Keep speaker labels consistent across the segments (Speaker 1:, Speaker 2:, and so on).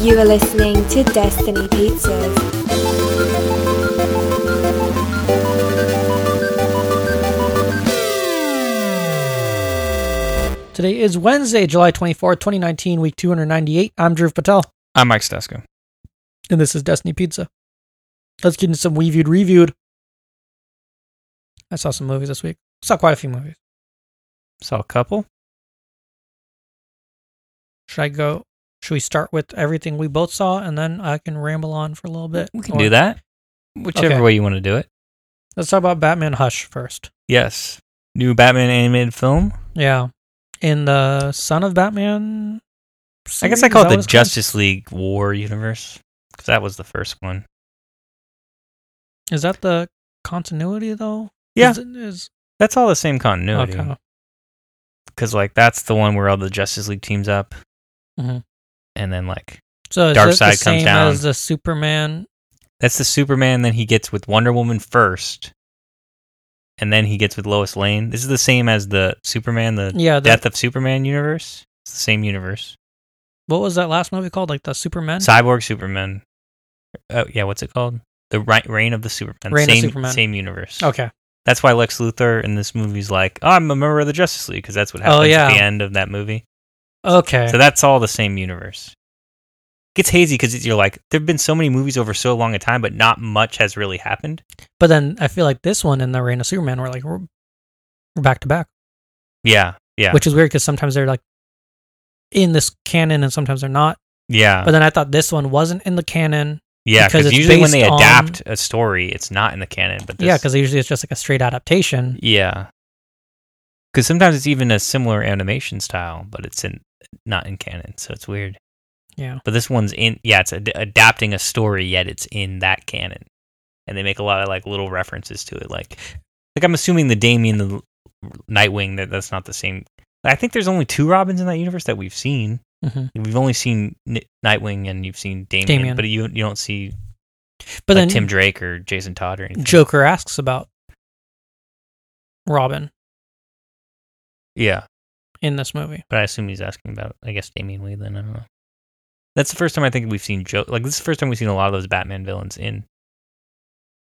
Speaker 1: You are listening to Destiny Pizzas.
Speaker 2: Today is Wednesday, July 24th, 2019, week 298. I'm Dhruv Patel,
Speaker 3: I'm Mike Stasko.
Speaker 2: and this is Destiny Pizza. Let's get into some We Viewed Reviewed. I saw some movies this week. Saw quite a few movies.
Speaker 3: Saw a couple.
Speaker 2: Should I go? Should we start with everything we both saw and then I can ramble on for a little bit?
Speaker 3: We can do that. Whichever
Speaker 2: Okay.
Speaker 3: way you want to do it.
Speaker 2: Let's talk about Batman Hush first.
Speaker 3: Yes. New Batman animated film.
Speaker 2: Yeah. In the Son of Batman.
Speaker 3: I guess
Speaker 2: series?
Speaker 3: I
Speaker 2: Is Mm,
Speaker 3: call
Speaker 2: that what
Speaker 3: it the
Speaker 2: it's called?
Speaker 3: Justice League War universe because that was the first one.
Speaker 2: Is that the continuity though?
Speaker 3: Yeah.
Speaker 2: Is it, is,
Speaker 3: That's all the same continuity
Speaker 2: okay.
Speaker 3: because like that's the one where all the Justice League teams up,
Speaker 2: Mhm.
Speaker 3: and then like
Speaker 2: So is
Speaker 3: Dark
Speaker 2: this
Speaker 3: Side
Speaker 2: the
Speaker 3: comes
Speaker 2: same
Speaker 3: down.
Speaker 2: as the Superman
Speaker 3: that's the Superman. Then he gets with Wonder Woman first, and then he gets with Lois Lane. This is the same as the Superman, the
Speaker 2: Yeah, the,
Speaker 3: Death of Superman universe. It's the same universe.
Speaker 2: what was that last movie called? Like the Superman?
Speaker 3: Cyborg Superman. Oh yeah, what's it called? The Ri- Reign of the Superman.
Speaker 2: Reign of
Speaker 3: same,
Speaker 2: Superman.
Speaker 3: Same universe.
Speaker 2: okay.
Speaker 3: That's why Lex Luthor in this movie's like, oh, I'm a member of the Justice League because that's what happens
Speaker 2: Oh, yeah.
Speaker 3: at the end of that movie.
Speaker 2: Okay.
Speaker 3: So that's all the same universe. It gets hazy because you're like, there've been so many movies over so long a time, but not much has really happened.
Speaker 2: but then I feel like this one and the Reign of Superman were like we're, we're back to back,
Speaker 3: Yeah, yeah,
Speaker 2: which is weird because sometimes they're like in this canon and sometimes they're not.
Speaker 3: yeah,
Speaker 2: But then I thought this one wasn't in the canon.
Speaker 3: yeah.
Speaker 2: because
Speaker 3: Because
Speaker 2: it's
Speaker 3: usually when they
Speaker 2: based on-
Speaker 3: adapt a story, it's not in the canon. But this,
Speaker 2: Yeah, because usually it's just like a straight adaptation.
Speaker 3: Yeah. Because sometimes it's even a similar animation style, but it's in not in canon, so it's weird.
Speaker 2: Yeah.
Speaker 3: But this one's in, yeah, it's ad- adapting a story, yet it's in that canon, and they make a lot of like little references to it, like like I'm assuming the Damien the L- Nightwing that that's not the same. I think there's only two Robins in that universe that we've seen.
Speaker 2: hmm
Speaker 3: We've only seen N- Nightwing and you've seen Damien,
Speaker 2: Damian.
Speaker 3: but you you don't see
Speaker 2: But
Speaker 3: like,
Speaker 2: then
Speaker 3: Tim Drake or Jason Todd or anything.
Speaker 2: Joker asks about Robin
Speaker 3: Yeah.
Speaker 2: in this movie.
Speaker 3: But I assume he's asking about, I guess, Damian Wayland. I don't know. That's the first time I think we've seen Joe. Like this is the first time we've seen a lot of those Batman villains in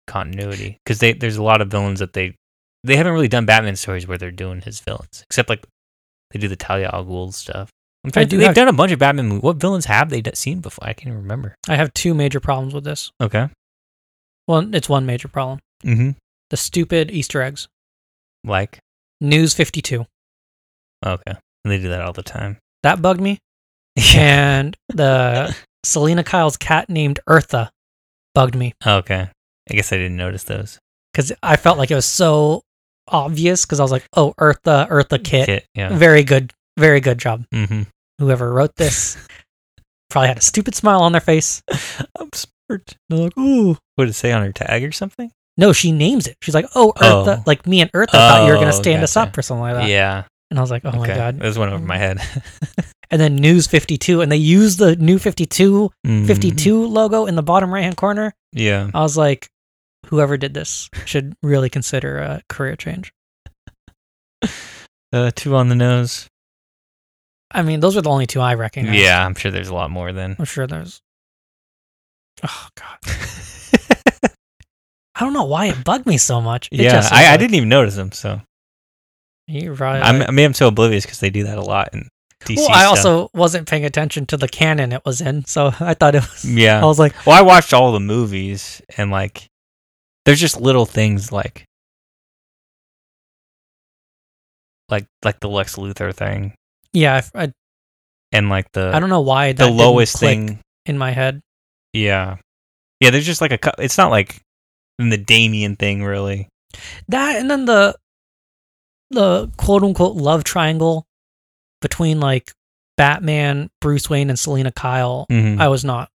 Speaker 3: continuity because they there's a lot of villains that they they haven't really done Batman stories where they're doing his villains except like they do the Talia al Ghul stuff. I'm trying.
Speaker 2: do
Speaker 3: to, they've
Speaker 2: have-
Speaker 3: done a bunch of Batman. movies. What villains have they d- seen before? I can't even remember.
Speaker 2: I have two major problems with this.
Speaker 3: Okay.
Speaker 2: Well, it's one major problem:
Speaker 3: Mm-hmm.
Speaker 2: the stupid Easter eggs.
Speaker 3: Like
Speaker 2: News fifty two.
Speaker 3: okay, and they do that all the time.
Speaker 2: That bugged me. and the Selena Kyle's cat named Eartha bugged me
Speaker 3: okay. I guess I didn't notice those.
Speaker 2: because I felt like it was so obvious because I was like, oh, Eartha, Eartha Kit.
Speaker 3: Kit, Yeah.
Speaker 2: Very good, very good job.
Speaker 3: Mm-hmm.
Speaker 2: Whoever wrote this probably had a stupid smile on their face.
Speaker 3: I'm smart. They're like, ooh, what did it say on her tag or something?
Speaker 2: No, she names it. She's like, oh,
Speaker 3: Oh.
Speaker 2: Eartha. Like me and Eartha thought you were going to
Speaker 3: Oh,
Speaker 2: stand us
Speaker 3: gotcha.
Speaker 2: up or something like that.
Speaker 3: Yeah.
Speaker 2: And I was like, oh my
Speaker 3: okay.
Speaker 2: Uh, God.
Speaker 3: This went over my head.
Speaker 2: And then News 52, and they use the New 52,
Speaker 3: Mm.
Speaker 2: 52 logo in the bottom right hand corner.
Speaker 3: Yeah.
Speaker 2: I was like, whoever did this should really consider a career change.
Speaker 3: Uh, two on the nose.
Speaker 2: I mean, those were the only two I recognize.
Speaker 3: Yeah, I'm sure there's a lot more then.
Speaker 2: I'm sure there's. Oh God, I don't know why it bugged me so much. It
Speaker 3: yeah,
Speaker 2: just
Speaker 3: I, I
Speaker 2: seems
Speaker 3: didn't even notice them. So
Speaker 2: like- You're right.
Speaker 3: I'm, I mean, I'm so oblivious because they do that a lot in DC.
Speaker 2: well, I
Speaker 3: stuff.
Speaker 2: also wasn't paying attention to the canon it was in, so I thought it was. I
Speaker 3: yeah.
Speaker 2: was like,
Speaker 3: Well, I watched all the movies and like, there's just little things like, like like the Lex Luthor thing
Speaker 2: yeah, I, I,
Speaker 3: and like the
Speaker 2: I don't know why that
Speaker 3: the
Speaker 2: didn't
Speaker 3: lowest
Speaker 2: click
Speaker 3: thing
Speaker 2: in my head.
Speaker 3: Yeah. Yeah, there's just like a cou- it's not like in the Damien thing really.
Speaker 2: That and then the the quote unquote love triangle between like Batman, Bruce Wayne, and Selena Kyle.
Speaker 3: Mm-hmm.
Speaker 2: I was not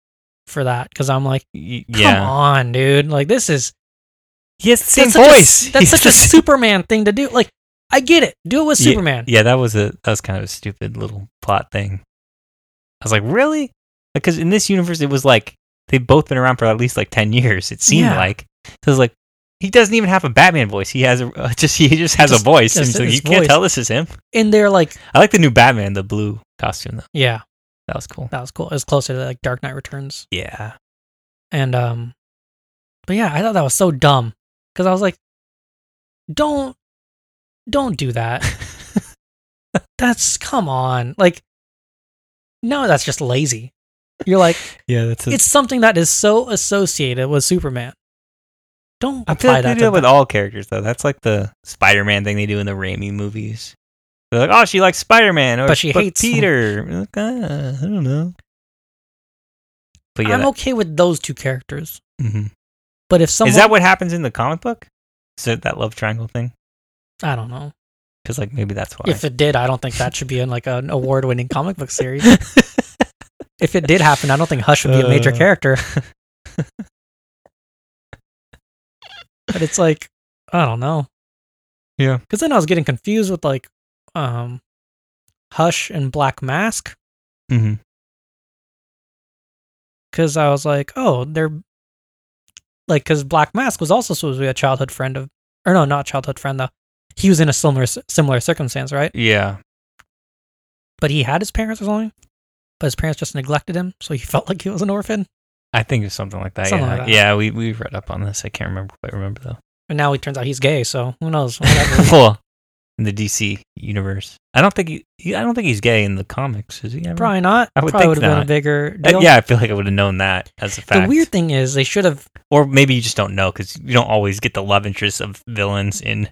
Speaker 2: for that because I'm like, come
Speaker 3: yeah.
Speaker 2: on, dude. Like this is
Speaker 3: He has the same
Speaker 2: such a-
Speaker 3: voice.
Speaker 2: that's
Speaker 3: He has
Speaker 2: such a
Speaker 3: the same-
Speaker 2: Superman thing to do. Like I get it. Do it with
Speaker 3: Yeah,
Speaker 2: Superman.
Speaker 3: Yeah, that was a that was kind of a stupid little plot thing. I was like, "Really?" Because in this universe it was like they've both been around for at least like 10 years it seemed
Speaker 2: Yeah.
Speaker 3: like. So it was like he doesn't even have a Batman voice. He has a uh, just he just has
Speaker 2: Just-
Speaker 3: a voice.
Speaker 2: just
Speaker 3: and so
Speaker 2: his
Speaker 3: you can't
Speaker 2: voice.
Speaker 3: tell this is him.
Speaker 2: And they're like,
Speaker 3: I like the new Batman, the blue costume though.
Speaker 2: yeah.
Speaker 3: That was cool.
Speaker 2: That was cool. It was closer to like Dark Knight Returns.
Speaker 3: Yeah.
Speaker 2: And um but yeah, I thought that was so dumb cuz I was like don't don't do that. that's come on. Like no, that's just lazy. You're like
Speaker 3: Yeah, that's
Speaker 2: it's something that is so associated with Superman. Don't
Speaker 3: I feel
Speaker 2: apply
Speaker 3: like they
Speaker 2: that
Speaker 3: do
Speaker 2: to
Speaker 3: that with
Speaker 2: Bat-
Speaker 3: all characters though. That's like the Spider-Man thing they do in the Raimi movies. They're like, oh, she likes Spider-Man, or
Speaker 2: But she hates him."
Speaker 3: Peter. You're Like, "Ah, I don't know. But yeah,
Speaker 2: I'm
Speaker 3: that-
Speaker 2: okay with those two characters.
Speaker 3: mhm.
Speaker 2: But if someone
Speaker 3: is that what happens in the comic book? Is it that love triangle thing?
Speaker 2: I don't know.
Speaker 3: Because like maybe that's why.
Speaker 2: If it did, I don't think that should be in like an award-winning comic book series. if it did happen, I don't think Hush would be a major
Speaker 3: Uh.
Speaker 2: character. but it's like I don't know.
Speaker 3: Yeah.
Speaker 2: Because then I was getting confused with like um Hush and Black Mask Mm-hmm.
Speaker 3: Mhm.
Speaker 2: because I was like, oh, they're like because Black Mask was also supposed to be a childhood friend of, or no, not childhood friend though. He was in a similar similar circumstance, right?
Speaker 3: Yeah.
Speaker 2: but he had his parents or something. But his parents just neglected him, so he felt like he was an orphan.
Speaker 3: I think it's something like that.
Speaker 2: Something
Speaker 3: yeah,
Speaker 2: like that.
Speaker 3: yeah. We we read up on this. I can't remember quite remember though.
Speaker 2: And now he turns out he's gay, so who knows? Whatever.
Speaker 3: well, in the DC universe, I don't think he, he- I don't think he's gay in the comics. Is he? Ever?
Speaker 2: Probably not.
Speaker 3: Mm. I would
Speaker 2: Probably
Speaker 3: think
Speaker 2: would have been a
Speaker 3: not.
Speaker 2: bigger deal.
Speaker 3: Uh, yeah, I feel like I would have known that as a
Speaker 2: The
Speaker 3: fact.
Speaker 2: weird thing is they should have.
Speaker 3: or maybe you just don't know because you don't always get the love interests of villains in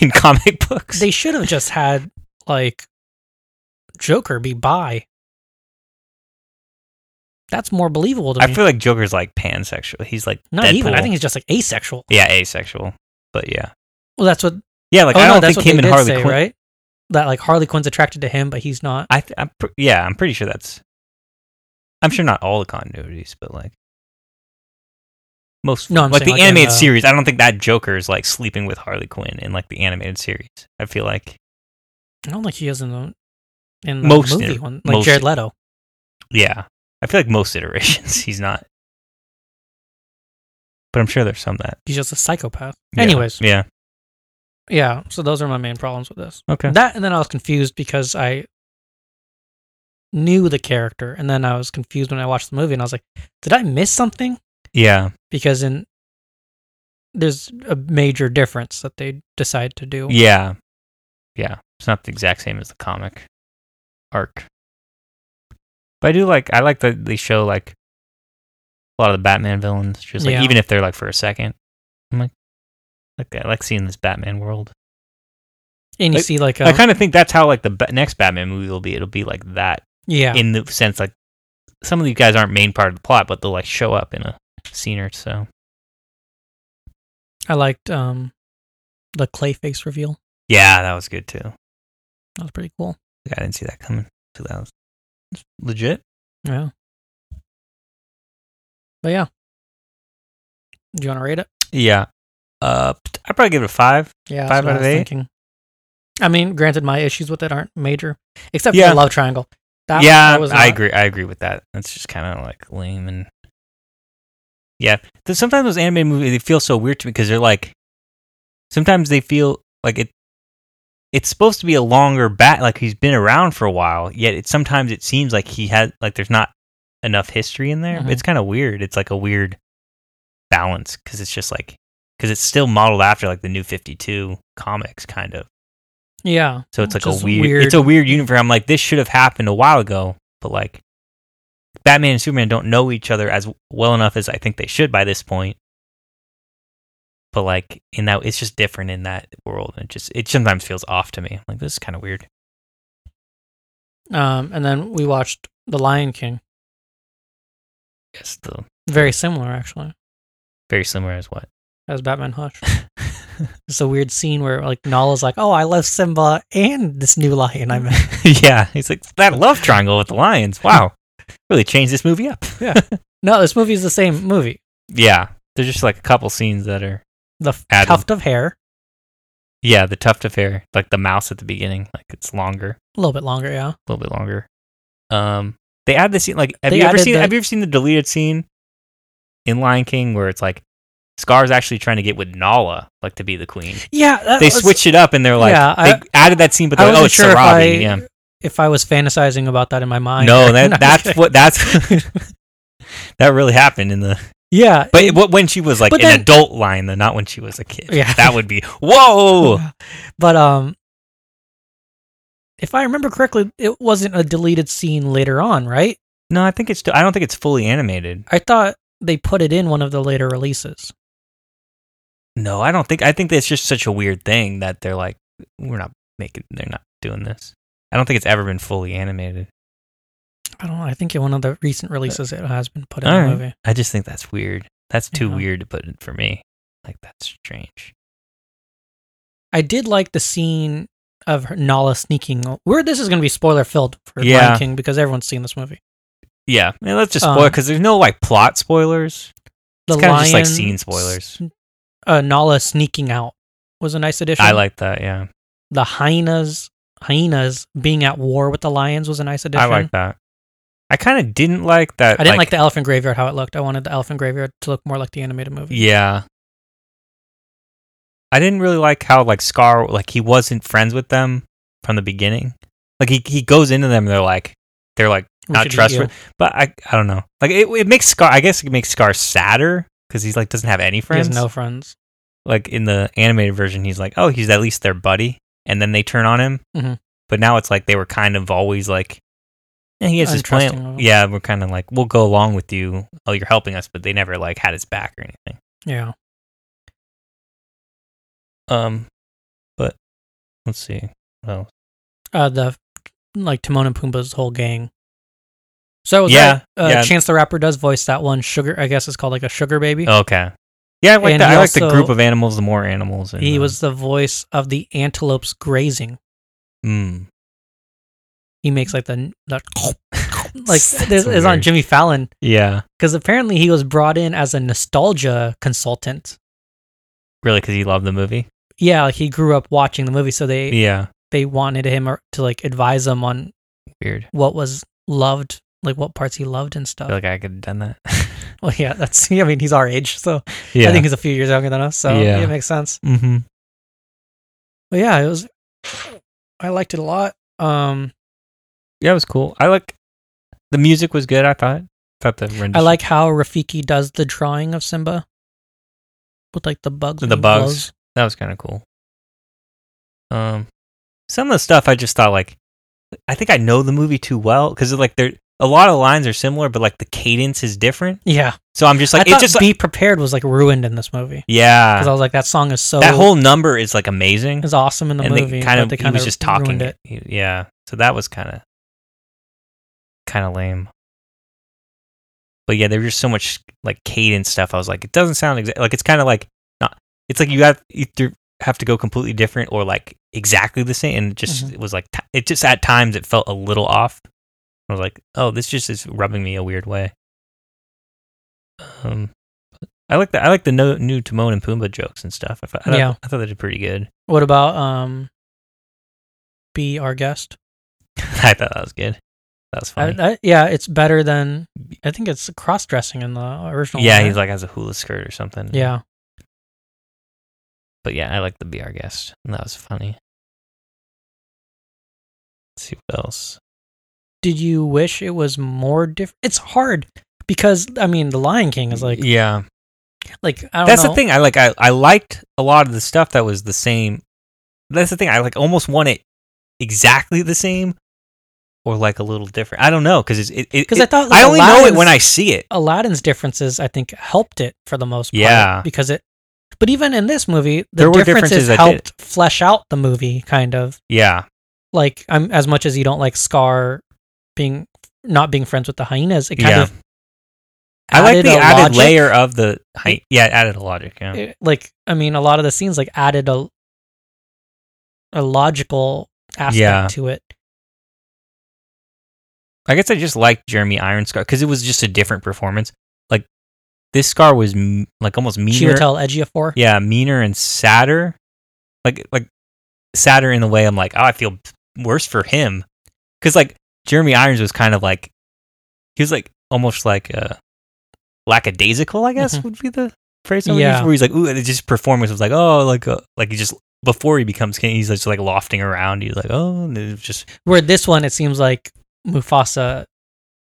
Speaker 3: in comic books.
Speaker 2: They should have just had like Joker be bi. That's more believable to
Speaker 3: I
Speaker 2: me.
Speaker 3: feel like Joker's like pansexual. He's like
Speaker 2: not
Speaker 3: Deadpool.
Speaker 2: even. I think he's just like asexual.
Speaker 3: yeah, asexual. But yeah,
Speaker 2: Well, that's what.
Speaker 3: yeah. Like
Speaker 2: oh
Speaker 3: I
Speaker 2: no,
Speaker 3: don't
Speaker 2: that's
Speaker 3: think
Speaker 2: what
Speaker 3: him
Speaker 2: they
Speaker 3: and
Speaker 2: did
Speaker 3: Harley
Speaker 2: say,
Speaker 3: Quinn.
Speaker 2: right? That like Harley Quinn's attracted to him, but he's not.
Speaker 3: I th- I'm pr- yeah, I'm pretty sure that's. I'm sure not all the continuities, but like most.
Speaker 2: No, I'm
Speaker 3: like the
Speaker 2: saying, like, in
Speaker 3: animated
Speaker 2: the-
Speaker 3: series. I don't think that Joker is like sleeping with Harley Quinn in like the animated series. I feel like
Speaker 2: I don't think he is in the in the
Speaker 3: Most
Speaker 2: movie
Speaker 3: inter-
Speaker 2: one, like
Speaker 3: most-
Speaker 2: Jared Leto.
Speaker 3: Yeah. I feel like most iterations he's not. But I'm sure there's some that.
Speaker 2: He's just a psychopath.
Speaker 3: Yeah.
Speaker 2: Anyways,
Speaker 3: Yeah.
Speaker 2: Yeah, so those are my main problems with this.
Speaker 3: Okay.
Speaker 2: That and then I was confused because I knew the character and then I was confused when I watched the movie and I was like, did I miss something?
Speaker 3: yeah.
Speaker 2: Because in there's a major difference that they decide to do.
Speaker 3: Yeah. Yeah. It's not the exact same as the comic arc. But I do like I like that they show like a lot of the Batman villains, just like
Speaker 2: Yeah.
Speaker 3: even if they're like for a second. I'm like like I like seeing this Batman world.
Speaker 2: And you
Speaker 3: I-
Speaker 2: see like um, a,
Speaker 3: I kind of think that's how like the ba- next Batman movie will be. It'll be like that
Speaker 2: yeah.
Speaker 3: in the sense like some of these guys aren't main part of the plot, but they'll like show up in a scene or so.
Speaker 2: I liked um the Clayface reveal.
Speaker 3: Yeah, that was good too.
Speaker 2: That was pretty cool.
Speaker 3: Yeah, I didn't see that coming. So that was legit.
Speaker 2: Yeah. But yeah. Do you want to rate it?
Speaker 3: Yeah. Uh, I probably give it a five.
Speaker 2: Yeah, that's
Speaker 3: Five
Speaker 2: what
Speaker 3: out
Speaker 2: I
Speaker 3: of
Speaker 2: was
Speaker 3: eight?
Speaker 2: Thinking. I mean, granted, my issues with it aren't major, except for
Speaker 3: Yeah.
Speaker 2: the love triangle. That
Speaker 3: yeah,
Speaker 2: that was
Speaker 3: I
Speaker 2: not-
Speaker 3: agree. I agree with that. That's just kind of like lame and yeah. Th- Sometimes those animated movies they feel so weird to me because they're like sometimes they feel like it. It's supposed to be a longer bat, like he's been around for a while. Yet it sometimes it seems like he had like there's not enough history in there.
Speaker 2: Mhm.
Speaker 3: It's kind of weird. It's like a weird balance because it's just like because it's still modeled after like the New Fifty Two comics kind of.
Speaker 2: Yeah,
Speaker 3: So it's like
Speaker 2: Just
Speaker 3: a weird, It's a weird universe. I'm like, this should have happened a while ago, but like, Batman and Superman don't know each other as well enough as I think they should by this point. But like in that, it's just different in that world, and it just it sometimes feels off to me. I'm like this is kind of weird.
Speaker 2: um, and then we watched The Lion King.
Speaker 3: Yes, the
Speaker 2: Very similar, actually,
Speaker 3: very similar as what?
Speaker 2: as Batman Hush. it's a weird scene where like Nala's like, "Oh, I love Simba and this new lion I met."
Speaker 3: yeah, he's like that love triangle with the lions. Wow, really changed this movie up.
Speaker 2: no, this movie is the same movie.
Speaker 3: Yeah, there's just like a couple scenes that are
Speaker 2: The f-
Speaker 3: Adam.
Speaker 2: tuft of hair,
Speaker 3: yeah the tuft of hair, like the mouse at the beginning, like it's longer.
Speaker 2: a little bit longer, yeah.
Speaker 3: a little bit longer. Um, they add the scene like have
Speaker 2: They
Speaker 3: you ever
Speaker 2: added
Speaker 3: seen
Speaker 2: the-
Speaker 3: have you ever seen the deleted scene in Lion King where it's like Scar's actually trying to get with Nala like to be the queen.
Speaker 2: Yeah, that
Speaker 3: They
Speaker 2: was-
Speaker 3: switched it up and they're like
Speaker 2: Uh, Yeah,
Speaker 3: they added that scene, but they're
Speaker 2: I
Speaker 3: like, oh
Speaker 2: wasn't sure
Speaker 3: it's
Speaker 2: if
Speaker 3: Sarabi.
Speaker 2: I
Speaker 3: yeah,
Speaker 2: if I was fantasizing about that in my mind.
Speaker 3: no,
Speaker 2: No, I'm
Speaker 3: that that's
Speaker 2: kidding.
Speaker 3: what that's that really happened in the.
Speaker 2: Yeah.
Speaker 3: But what when she was like
Speaker 2: But
Speaker 3: an
Speaker 2: then-
Speaker 3: adult line, though, not when she was a kid.
Speaker 2: Yeah.
Speaker 3: that would be whoa.
Speaker 2: But um if I remember correctly, it wasn't a deleted scene later on, right?
Speaker 3: No, I think it's. I don't think it's fully animated.
Speaker 2: I thought they put it in one of the later releases.
Speaker 3: No, I don't think. I think that's just such a weird thing that they're like, we're not making. They're not doing this. I don't think it's ever been fully animated.
Speaker 2: I don't know. I think in one of the recent releases it has been put in
Speaker 3: All
Speaker 2: the
Speaker 3: right.
Speaker 2: movie.
Speaker 3: I just think that's weird. That's too
Speaker 2: Yeah.
Speaker 3: weird to put in for me. Like that's strange.
Speaker 2: I did like the scene of her- Nala sneaking. Where this is going to be spoiler filled for
Speaker 3: Yeah.
Speaker 2: Lion King because everyone's seen this movie.
Speaker 3: Yeah, and let's just spoil
Speaker 2: Um,
Speaker 3: because there's no like plot spoilers.
Speaker 2: The
Speaker 3: it's kind of just like
Speaker 2: lion
Speaker 3: scene spoilers.
Speaker 2: uh, Nala sneaking out was a nice addition.
Speaker 3: I like that. Yeah,
Speaker 2: the hyenas. Hyenas being at war with the lions was a nice addition.
Speaker 3: I like that. I kind of didn't like that.
Speaker 2: I didn't like, the elephant graveyard how it looked. I wanted the elephant graveyard to look more like the animated movie.
Speaker 3: Yeah. I didn't really like how like Scar like he wasn't friends with them from the beginning. Like he he goes into them and they're like they're like
Speaker 2: We
Speaker 3: not
Speaker 2: should eat
Speaker 3: trustworthy.
Speaker 2: you.
Speaker 3: But I I don't know. Like it it makes Scar I guess it makes Scar sadder cuz he's like doesn't have any
Speaker 2: He has
Speaker 3: friends.
Speaker 2: no friends.
Speaker 3: Like in the animated version he's like oh he's at least their buddy and then they turn on him.
Speaker 2: Mhm.
Speaker 3: But now it's like they were kind of always like yeah, he has his
Speaker 2: Untrusting of
Speaker 3: plan.
Speaker 2: him.
Speaker 3: Yeah, we're kind of like we'll go along with you. Oh, you're helping us, but they never like had his back or anything.
Speaker 2: Yeah.
Speaker 3: Um, but let's see. Well,
Speaker 2: Uh, the like Timon and Pumbaa's whole gang. So was
Speaker 3: Yeah,
Speaker 2: that, uh,
Speaker 3: yeah.
Speaker 2: Chance the Rapper does voice that one sugar. I guess it's called like a sugar baby.
Speaker 3: oh, okay. Yeah, I like
Speaker 2: And
Speaker 3: that.
Speaker 2: he
Speaker 3: I like the
Speaker 2: also-
Speaker 3: group of animals. The more animals, and,
Speaker 2: He
Speaker 3: uh,
Speaker 2: was the voice of the antelopes grazing.
Speaker 3: Mm,
Speaker 2: He makes like the the like
Speaker 3: That's
Speaker 2: this is on
Speaker 3: weird.
Speaker 2: Jimmy Fallon
Speaker 3: yeah,
Speaker 2: because apparently he was brought in as a nostalgia consultant.
Speaker 3: really, because he loved the movie.
Speaker 2: Yeah, like he grew up watching the movie, so they
Speaker 3: Yeah,
Speaker 2: they wanted him or- to like advise him on
Speaker 3: weird.
Speaker 2: what was loved, like what parts he loved and
Speaker 3: I
Speaker 2: stuff.
Speaker 3: feel like I could have done that.
Speaker 2: Well, yeah, that's I mean he's our age, so
Speaker 3: yeah.
Speaker 2: I think he's a few years younger than us, so
Speaker 3: Yeah.
Speaker 2: it makes sense.
Speaker 3: mm-hmm.
Speaker 2: But yeah, it was. I liked it a lot. Um,
Speaker 3: Yeah, it was cool. I like the music was good. I thought. thought the rendition.
Speaker 2: I like how Rafiki does the drawing of Simba with like the bugs.
Speaker 3: The
Speaker 2: and
Speaker 3: bugs.
Speaker 2: gloves.
Speaker 3: that was kind of cool. Um, some of the stuff I just thought like, I think I know the movie too well because like there a lot of lines are similar, but like the cadence is different.
Speaker 2: Yeah,
Speaker 3: So I'm just
Speaker 2: I
Speaker 3: like
Speaker 2: thought
Speaker 3: it's just like,
Speaker 2: "Be Prepared" was like ruined in this movie
Speaker 3: yeah.
Speaker 2: because I was like, that song is so
Speaker 3: that whole number is like amazing.
Speaker 2: is awesome in the
Speaker 3: and
Speaker 2: movie.
Speaker 3: they kind
Speaker 2: but
Speaker 3: of
Speaker 2: they
Speaker 3: he was just talking
Speaker 2: ruined
Speaker 3: it. He- Yeah, so that was kind of kind of lame. But yeah, there was just so much like cadence stuff. I was like, it doesn't sound exact. Like it's kind of like not. It's like you have either have to go completely different or like exactly the same. And it just
Speaker 2: Mhm.
Speaker 3: it was like t- it just at times it felt a little off. I was like, oh, this just is rubbing me a weird way. Um, I like the I like the no, new Timon and Pumbaa jokes and stuff. I thought, I thought-
Speaker 2: Yeah.
Speaker 3: I thought they did pretty good.
Speaker 2: What about um, "Be Our Guest"?
Speaker 3: I thought that was good. That was
Speaker 2: I,
Speaker 3: funny.
Speaker 2: I, yeah, it's better than I think it's cross dressing in the original.
Speaker 3: yeah,
Speaker 2: one,
Speaker 3: he's mm.
Speaker 2: right?
Speaker 3: like has a hula skirt or something.
Speaker 2: yeah.
Speaker 3: but yeah, I like the be our guest. And that was funny. Let's see what else.
Speaker 2: Did you wish it was more different? It's hard because I mean, The Lion King is like
Speaker 3: yeah,
Speaker 2: like I don't
Speaker 3: that's
Speaker 2: know.
Speaker 3: the thing. I like. I I liked a lot of the stuff that was the same. That's the thing. I like almost want it exactly the same, or like a little different. I don't know because it because
Speaker 2: because I thought like,
Speaker 3: I only know it
Speaker 2: Aladdin's-
Speaker 3: when I see it.
Speaker 2: Aladdin's differences I think helped it for the most part.
Speaker 3: Yeah.
Speaker 2: because it. But even in this movie, the
Speaker 3: There were
Speaker 2: differences,
Speaker 3: differences that
Speaker 2: helped flesh out the movie, kind of
Speaker 3: Yeah,
Speaker 2: like I'm as much as you don't like Scar being not being friends with the hyenas. It kind
Speaker 3: Yeah.
Speaker 2: of
Speaker 3: I like the
Speaker 2: a
Speaker 3: added
Speaker 2: logic.
Speaker 3: layer of the height. Yeah, added a logic. Yeah,
Speaker 2: it- like I mean, a lot of the scenes like added a a logical aspect
Speaker 3: Yeah.
Speaker 2: to it.
Speaker 3: I guess I just liked Jeremy Irons Scar because it was just a different performance. Like this Scar was m- like almost
Speaker 2: She
Speaker 3: meaner,
Speaker 2: would tell Edgy for.
Speaker 3: yeah, meaner and sadder. Like like sadder in the way I'm like, oh, I feel worse for him because like Jeremy Irons was kind of like he was like almost like uh, lackadaisical, I guess
Speaker 2: Mhm.
Speaker 3: would be the phrase I would
Speaker 2: Yeah.
Speaker 3: use. Where he's like, ooh, and it just performance was like, oh, like uh, like he just before he becomes king, he's just like lofting around. He's like, oh, and it's just
Speaker 2: Where this one, it seems like Mufasa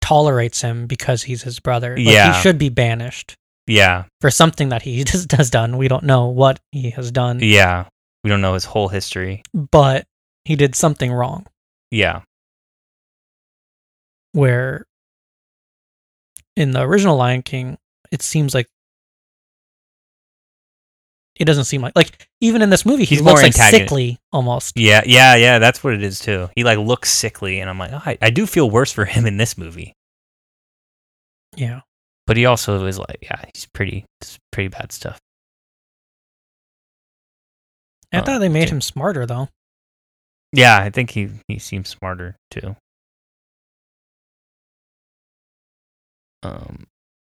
Speaker 2: tolerates him because he's his brother. Like,
Speaker 3: Yeah.
Speaker 2: he should be banished
Speaker 3: yeah,
Speaker 2: for something that he just has done. We don't know what he has done,
Speaker 3: yeah. We don't know his whole history.
Speaker 2: but he did something wrong.
Speaker 3: Yeah,
Speaker 2: Where in the original Lion King, it seems like it doesn't seem like like even in this movie, he
Speaker 3: He's
Speaker 2: looks
Speaker 3: more
Speaker 2: like
Speaker 3: antagonist-
Speaker 2: sickly almost.
Speaker 3: yeah, yeah, yeah. That's what it is too. He like looks sickly, and I'm like, oh, I, I do feel worse for him in this movie.
Speaker 2: Yeah,
Speaker 3: But he also is like, yeah, he's pretty, it's pretty bad stuff.
Speaker 2: I
Speaker 3: Oh,
Speaker 2: thought they made
Speaker 3: dude.
Speaker 2: him smarter though.
Speaker 3: Yeah, I think he he seems smarter too. Um,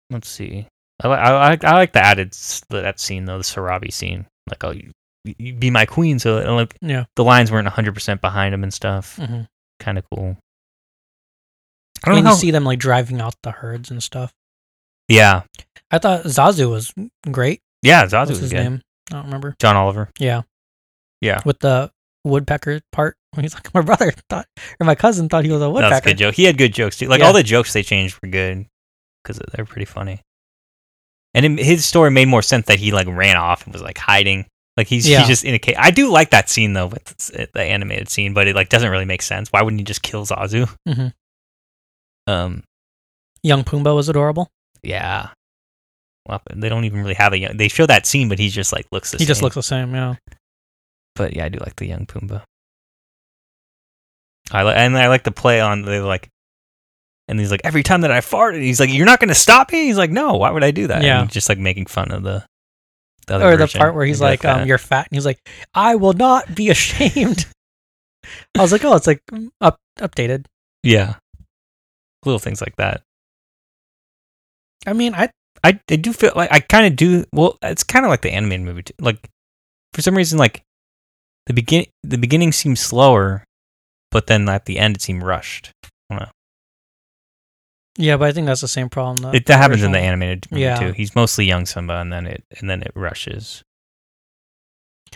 Speaker 3: let's see. I like I like I like the added s- that scene though, the Sarabi scene. Like, oh, you, you be my queen. So and like
Speaker 2: Yeah.
Speaker 3: the lines weren't hundred percent behind him and stuff.
Speaker 2: Mm-hmm.
Speaker 3: Kind of cool.
Speaker 2: I
Speaker 3: I don't
Speaker 2: mean,
Speaker 3: know.
Speaker 2: you
Speaker 3: How,
Speaker 2: see them like driving out the herds and stuff.
Speaker 3: yeah,
Speaker 2: I thought Zazu was great.
Speaker 3: yeah. Zazu
Speaker 2: What's
Speaker 3: was
Speaker 2: his
Speaker 3: good.
Speaker 2: name? I don't remember.
Speaker 3: John Oliver.
Speaker 2: Yeah.
Speaker 3: Yeah.
Speaker 2: With the woodpecker part, when he's like, my brother thought, or my cousin thought he was a
Speaker 3: That's a
Speaker 2: woodpecker.
Speaker 3: good joke. He had good jokes too. Like
Speaker 2: Yeah.
Speaker 3: all the jokes they changed were good because they're pretty funny. And it, his story made more sense that he like ran off and was like hiding. Like he's
Speaker 2: Yeah.
Speaker 3: he's just in a cave. I do like that scene though, with s- eh, the animated scene, but it like doesn't really make sense. Why wouldn't he just kill Zazu?
Speaker 2: Mhm.
Speaker 3: Um,
Speaker 2: Young Pumbaa was adorable.
Speaker 3: yeah. Well, they don't even really have a. Young, they show that scene, but he just like looks. The
Speaker 2: he just
Speaker 3: same.
Speaker 2: looks the same. Yeah.
Speaker 3: But yeah, I do like the young Pumbaa. I li- and I like the play on they like, and he's like every time that I fart, he's like, "You're not going to stop me." He's like, "No, why would I do that?" And
Speaker 2: Yeah.
Speaker 3: he's just like making fun of the, the other
Speaker 2: Or the
Speaker 3: version.
Speaker 2: part where he's
Speaker 3: I
Speaker 2: like, um,
Speaker 3: that.
Speaker 2: you're fat. And he's like, I will not be ashamed. I was like, oh, it's like mm, up, updated.
Speaker 3: yeah, little things like that.
Speaker 2: I mean, I,
Speaker 3: I, I do feel like I kind of do. Well, it's kind of like the animated movie. Too. Like for some reason, like the begin the beginning seems slower, but then at the end it seemed rushed.
Speaker 2: yeah, but I think that's the same problem.
Speaker 3: It, that happens in the animated movie
Speaker 2: Yeah.
Speaker 3: too. He's mostly young Simba, and then it and then it rushes.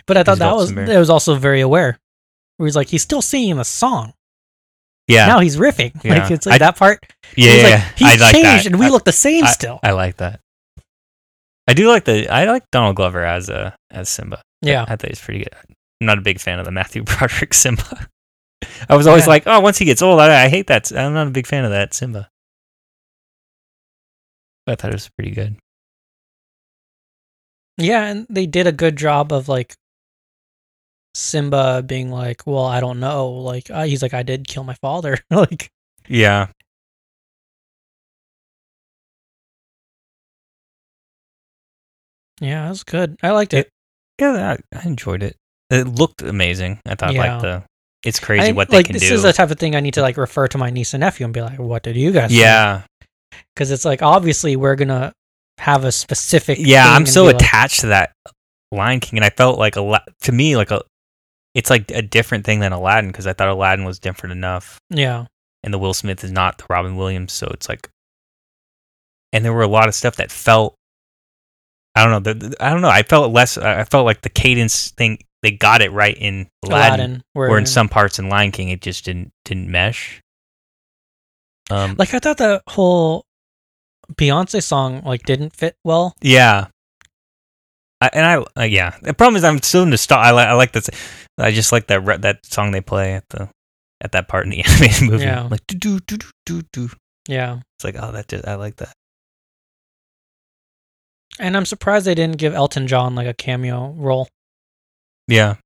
Speaker 2: But I thought
Speaker 3: He's
Speaker 2: that
Speaker 3: got
Speaker 2: was,
Speaker 3: some
Speaker 2: it was also very aware. Where he's like, he's still singing the song.
Speaker 3: Yeah,
Speaker 2: Now he's riffing. Like
Speaker 3: Yeah.
Speaker 2: it's like
Speaker 3: I-
Speaker 2: that part.
Speaker 3: yeah,
Speaker 2: he's
Speaker 3: yeah.
Speaker 2: like,
Speaker 3: yeah.
Speaker 2: He
Speaker 3: I
Speaker 2: changed
Speaker 3: like that.
Speaker 2: and we
Speaker 3: I,
Speaker 2: look the same still.
Speaker 3: I like that. I do like the. I like Donald Glover as uh, as Simba.
Speaker 2: yeah.
Speaker 3: I think he's pretty good. I'm not a big fan of the Matthew Broderick Simba. I was always
Speaker 2: Yeah.
Speaker 3: like, oh, once he gets old, I, I hate that. I'm not a big fan of that Simba. But I thought it was pretty good.
Speaker 2: Yeah, and they did a good job of like Simba being like, "Well, I don't know." Like uh, he's like, "I did kill my father." like
Speaker 3: Yeah.
Speaker 2: yeah, that's good. I liked it.
Speaker 3: Yeah, I, I enjoyed it. It looked amazing. I thought
Speaker 2: Yeah.
Speaker 3: like the it's crazy
Speaker 2: I-
Speaker 3: what they
Speaker 2: like
Speaker 3: can
Speaker 2: this
Speaker 3: do.
Speaker 2: is the type of thing I need to like refer to my niece and nephew and be like, "What did you guys?"
Speaker 3: yeah,
Speaker 2: because it's like obviously we're gonna have a specific.
Speaker 3: yeah.
Speaker 2: thing
Speaker 3: I'm
Speaker 2: and
Speaker 3: so
Speaker 2: be like-
Speaker 3: attached to that Lion King, and I felt like a lot to me like a it's like a different thing than Aladdin because I thought Aladdin was different enough,
Speaker 2: yeah,
Speaker 3: and the Will Smith is not the Robin Williams, so it's like, and there were a lot of stuff that felt. I don't know. The, the- I don't know. I felt less. I I felt like the cadence thing. They got it right in
Speaker 2: Aladdin.
Speaker 3: Aladdin,
Speaker 2: where,
Speaker 3: where in some parts in Lion King it just didn't didn't mesh. Um,
Speaker 2: like I thought the whole Beyonce song like didn't fit well.
Speaker 3: Yeah. I, and I, uh, yeah. The problem is I'm still nostalgic. I, li- I like this. I just like that re- that song they play at the at that part in the animated movie.
Speaker 2: Yeah.
Speaker 3: Like do do do do do do.
Speaker 2: Yeah,
Speaker 3: It's like oh that just, I like that.
Speaker 2: and I'm surprised they didn't give Elton John like a cameo role.
Speaker 3: Yeah.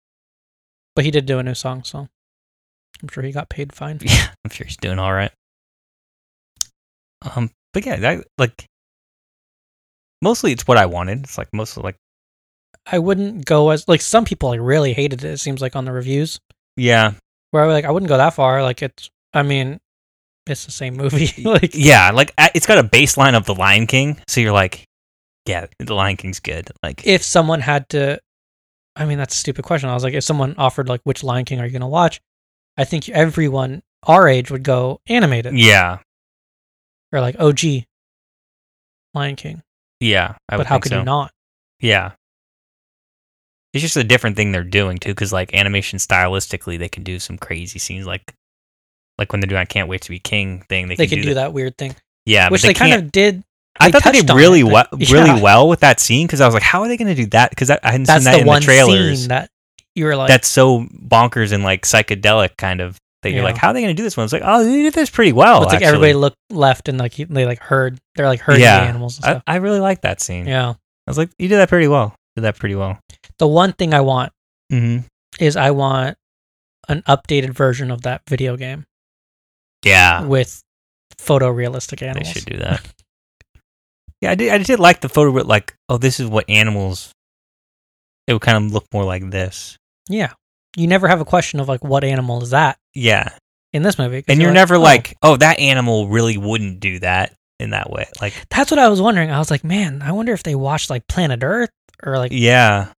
Speaker 2: But he did do a new song, so I'm sure he got paid fine.
Speaker 3: Yeah. I'm sure he's doing all right. Um. But yeah, that like mostly it's what I wanted. It's like mostly like
Speaker 2: I wouldn't go as like some people like really hated it. It seems like on the reviews
Speaker 3: yeah
Speaker 2: where I was like I wouldn't go that far. Like it's, I mean, it's the same movie. like
Speaker 3: yeah like I- it's got a baseline of the Lion King. So you're like yeah the Lion King's good. Like
Speaker 2: if someone had to, I mean that's a stupid question. I was like if someone offered like which Lion King are you gonna watch, I think everyone our age would go animated
Speaker 3: yeah
Speaker 2: or like OG Lion King.
Speaker 3: yeah. I
Speaker 2: but
Speaker 3: would
Speaker 2: how
Speaker 3: think
Speaker 2: could
Speaker 3: so.
Speaker 2: you not?
Speaker 3: Yeah. It's just a different thing they're doing too, because like animation stylistically, they can do some crazy scenes, like like when they're doing "I Can't Wait to Be King" thing. They,
Speaker 2: They
Speaker 3: can,
Speaker 2: can do that weird thing,
Speaker 3: Yeah,
Speaker 2: which
Speaker 3: but
Speaker 2: they, kind
Speaker 3: can't-
Speaker 2: of did.
Speaker 3: I
Speaker 2: they
Speaker 3: thought they
Speaker 2: touched
Speaker 3: did
Speaker 2: on
Speaker 3: really
Speaker 2: it,
Speaker 3: well,
Speaker 2: but-
Speaker 3: really
Speaker 2: yeah.
Speaker 3: well with that scene because I was like, how are they going to do that? Because I hadn't
Speaker 2: That's
Speaker 3: seen that
Speaker 2: the
Speaker 3: in
Speaker 2: one
Speaker 3: the trailers.
Speaker 2: scene that you were like,
Speaker 3: That's so bonkers and like psychedelic kind of that you're
Speaker 2: Yeah.
Speaker 3: like, how are they going to do this one? It's like, oh, they did this pretty well.
Speaker 2: it's like
Speaker 3: actually.
Speaker 2: everybody looked left and like he- they like heard they're like herding
Speaker 3: Yeah.
Speaker 2: the animals and
Speaker 3: I,
Speaker 2: stuff.
Speaker 3: I really like that scene.
Speaker 2: yeah.
Speaker 3: I was like, you did that pretty well. Did that pretty well.
Speaker 2: The one thing I want
Speaker 3: Mm-hmm.
Speaker 2: is I want an updated version of that video game
Speaker 3: Yeah,
Speaker 2: with photorealistic animals.
Speaker 3: Ah. they should do that. yeah, I did. I did like the photo, but like, oh, this is what animals. It would kind of look more like this.
Speaker 2: Yeah. You never have a question of like what animal is that
Speaker 3: Yeah,
Speaker 2: in this movie. 'cause
Speaker 3: and you're,
Speaker 2: like,
Speaker 3: never
Speaker 2: "Oh."
Speaker 3: like, oh, that animal really wouldn't do that in that way. Like,
Speaker 2: That's what I was wondering. I was like, man, I wonder if they watched like Planet Earth or like.
Speaker 3: yeah,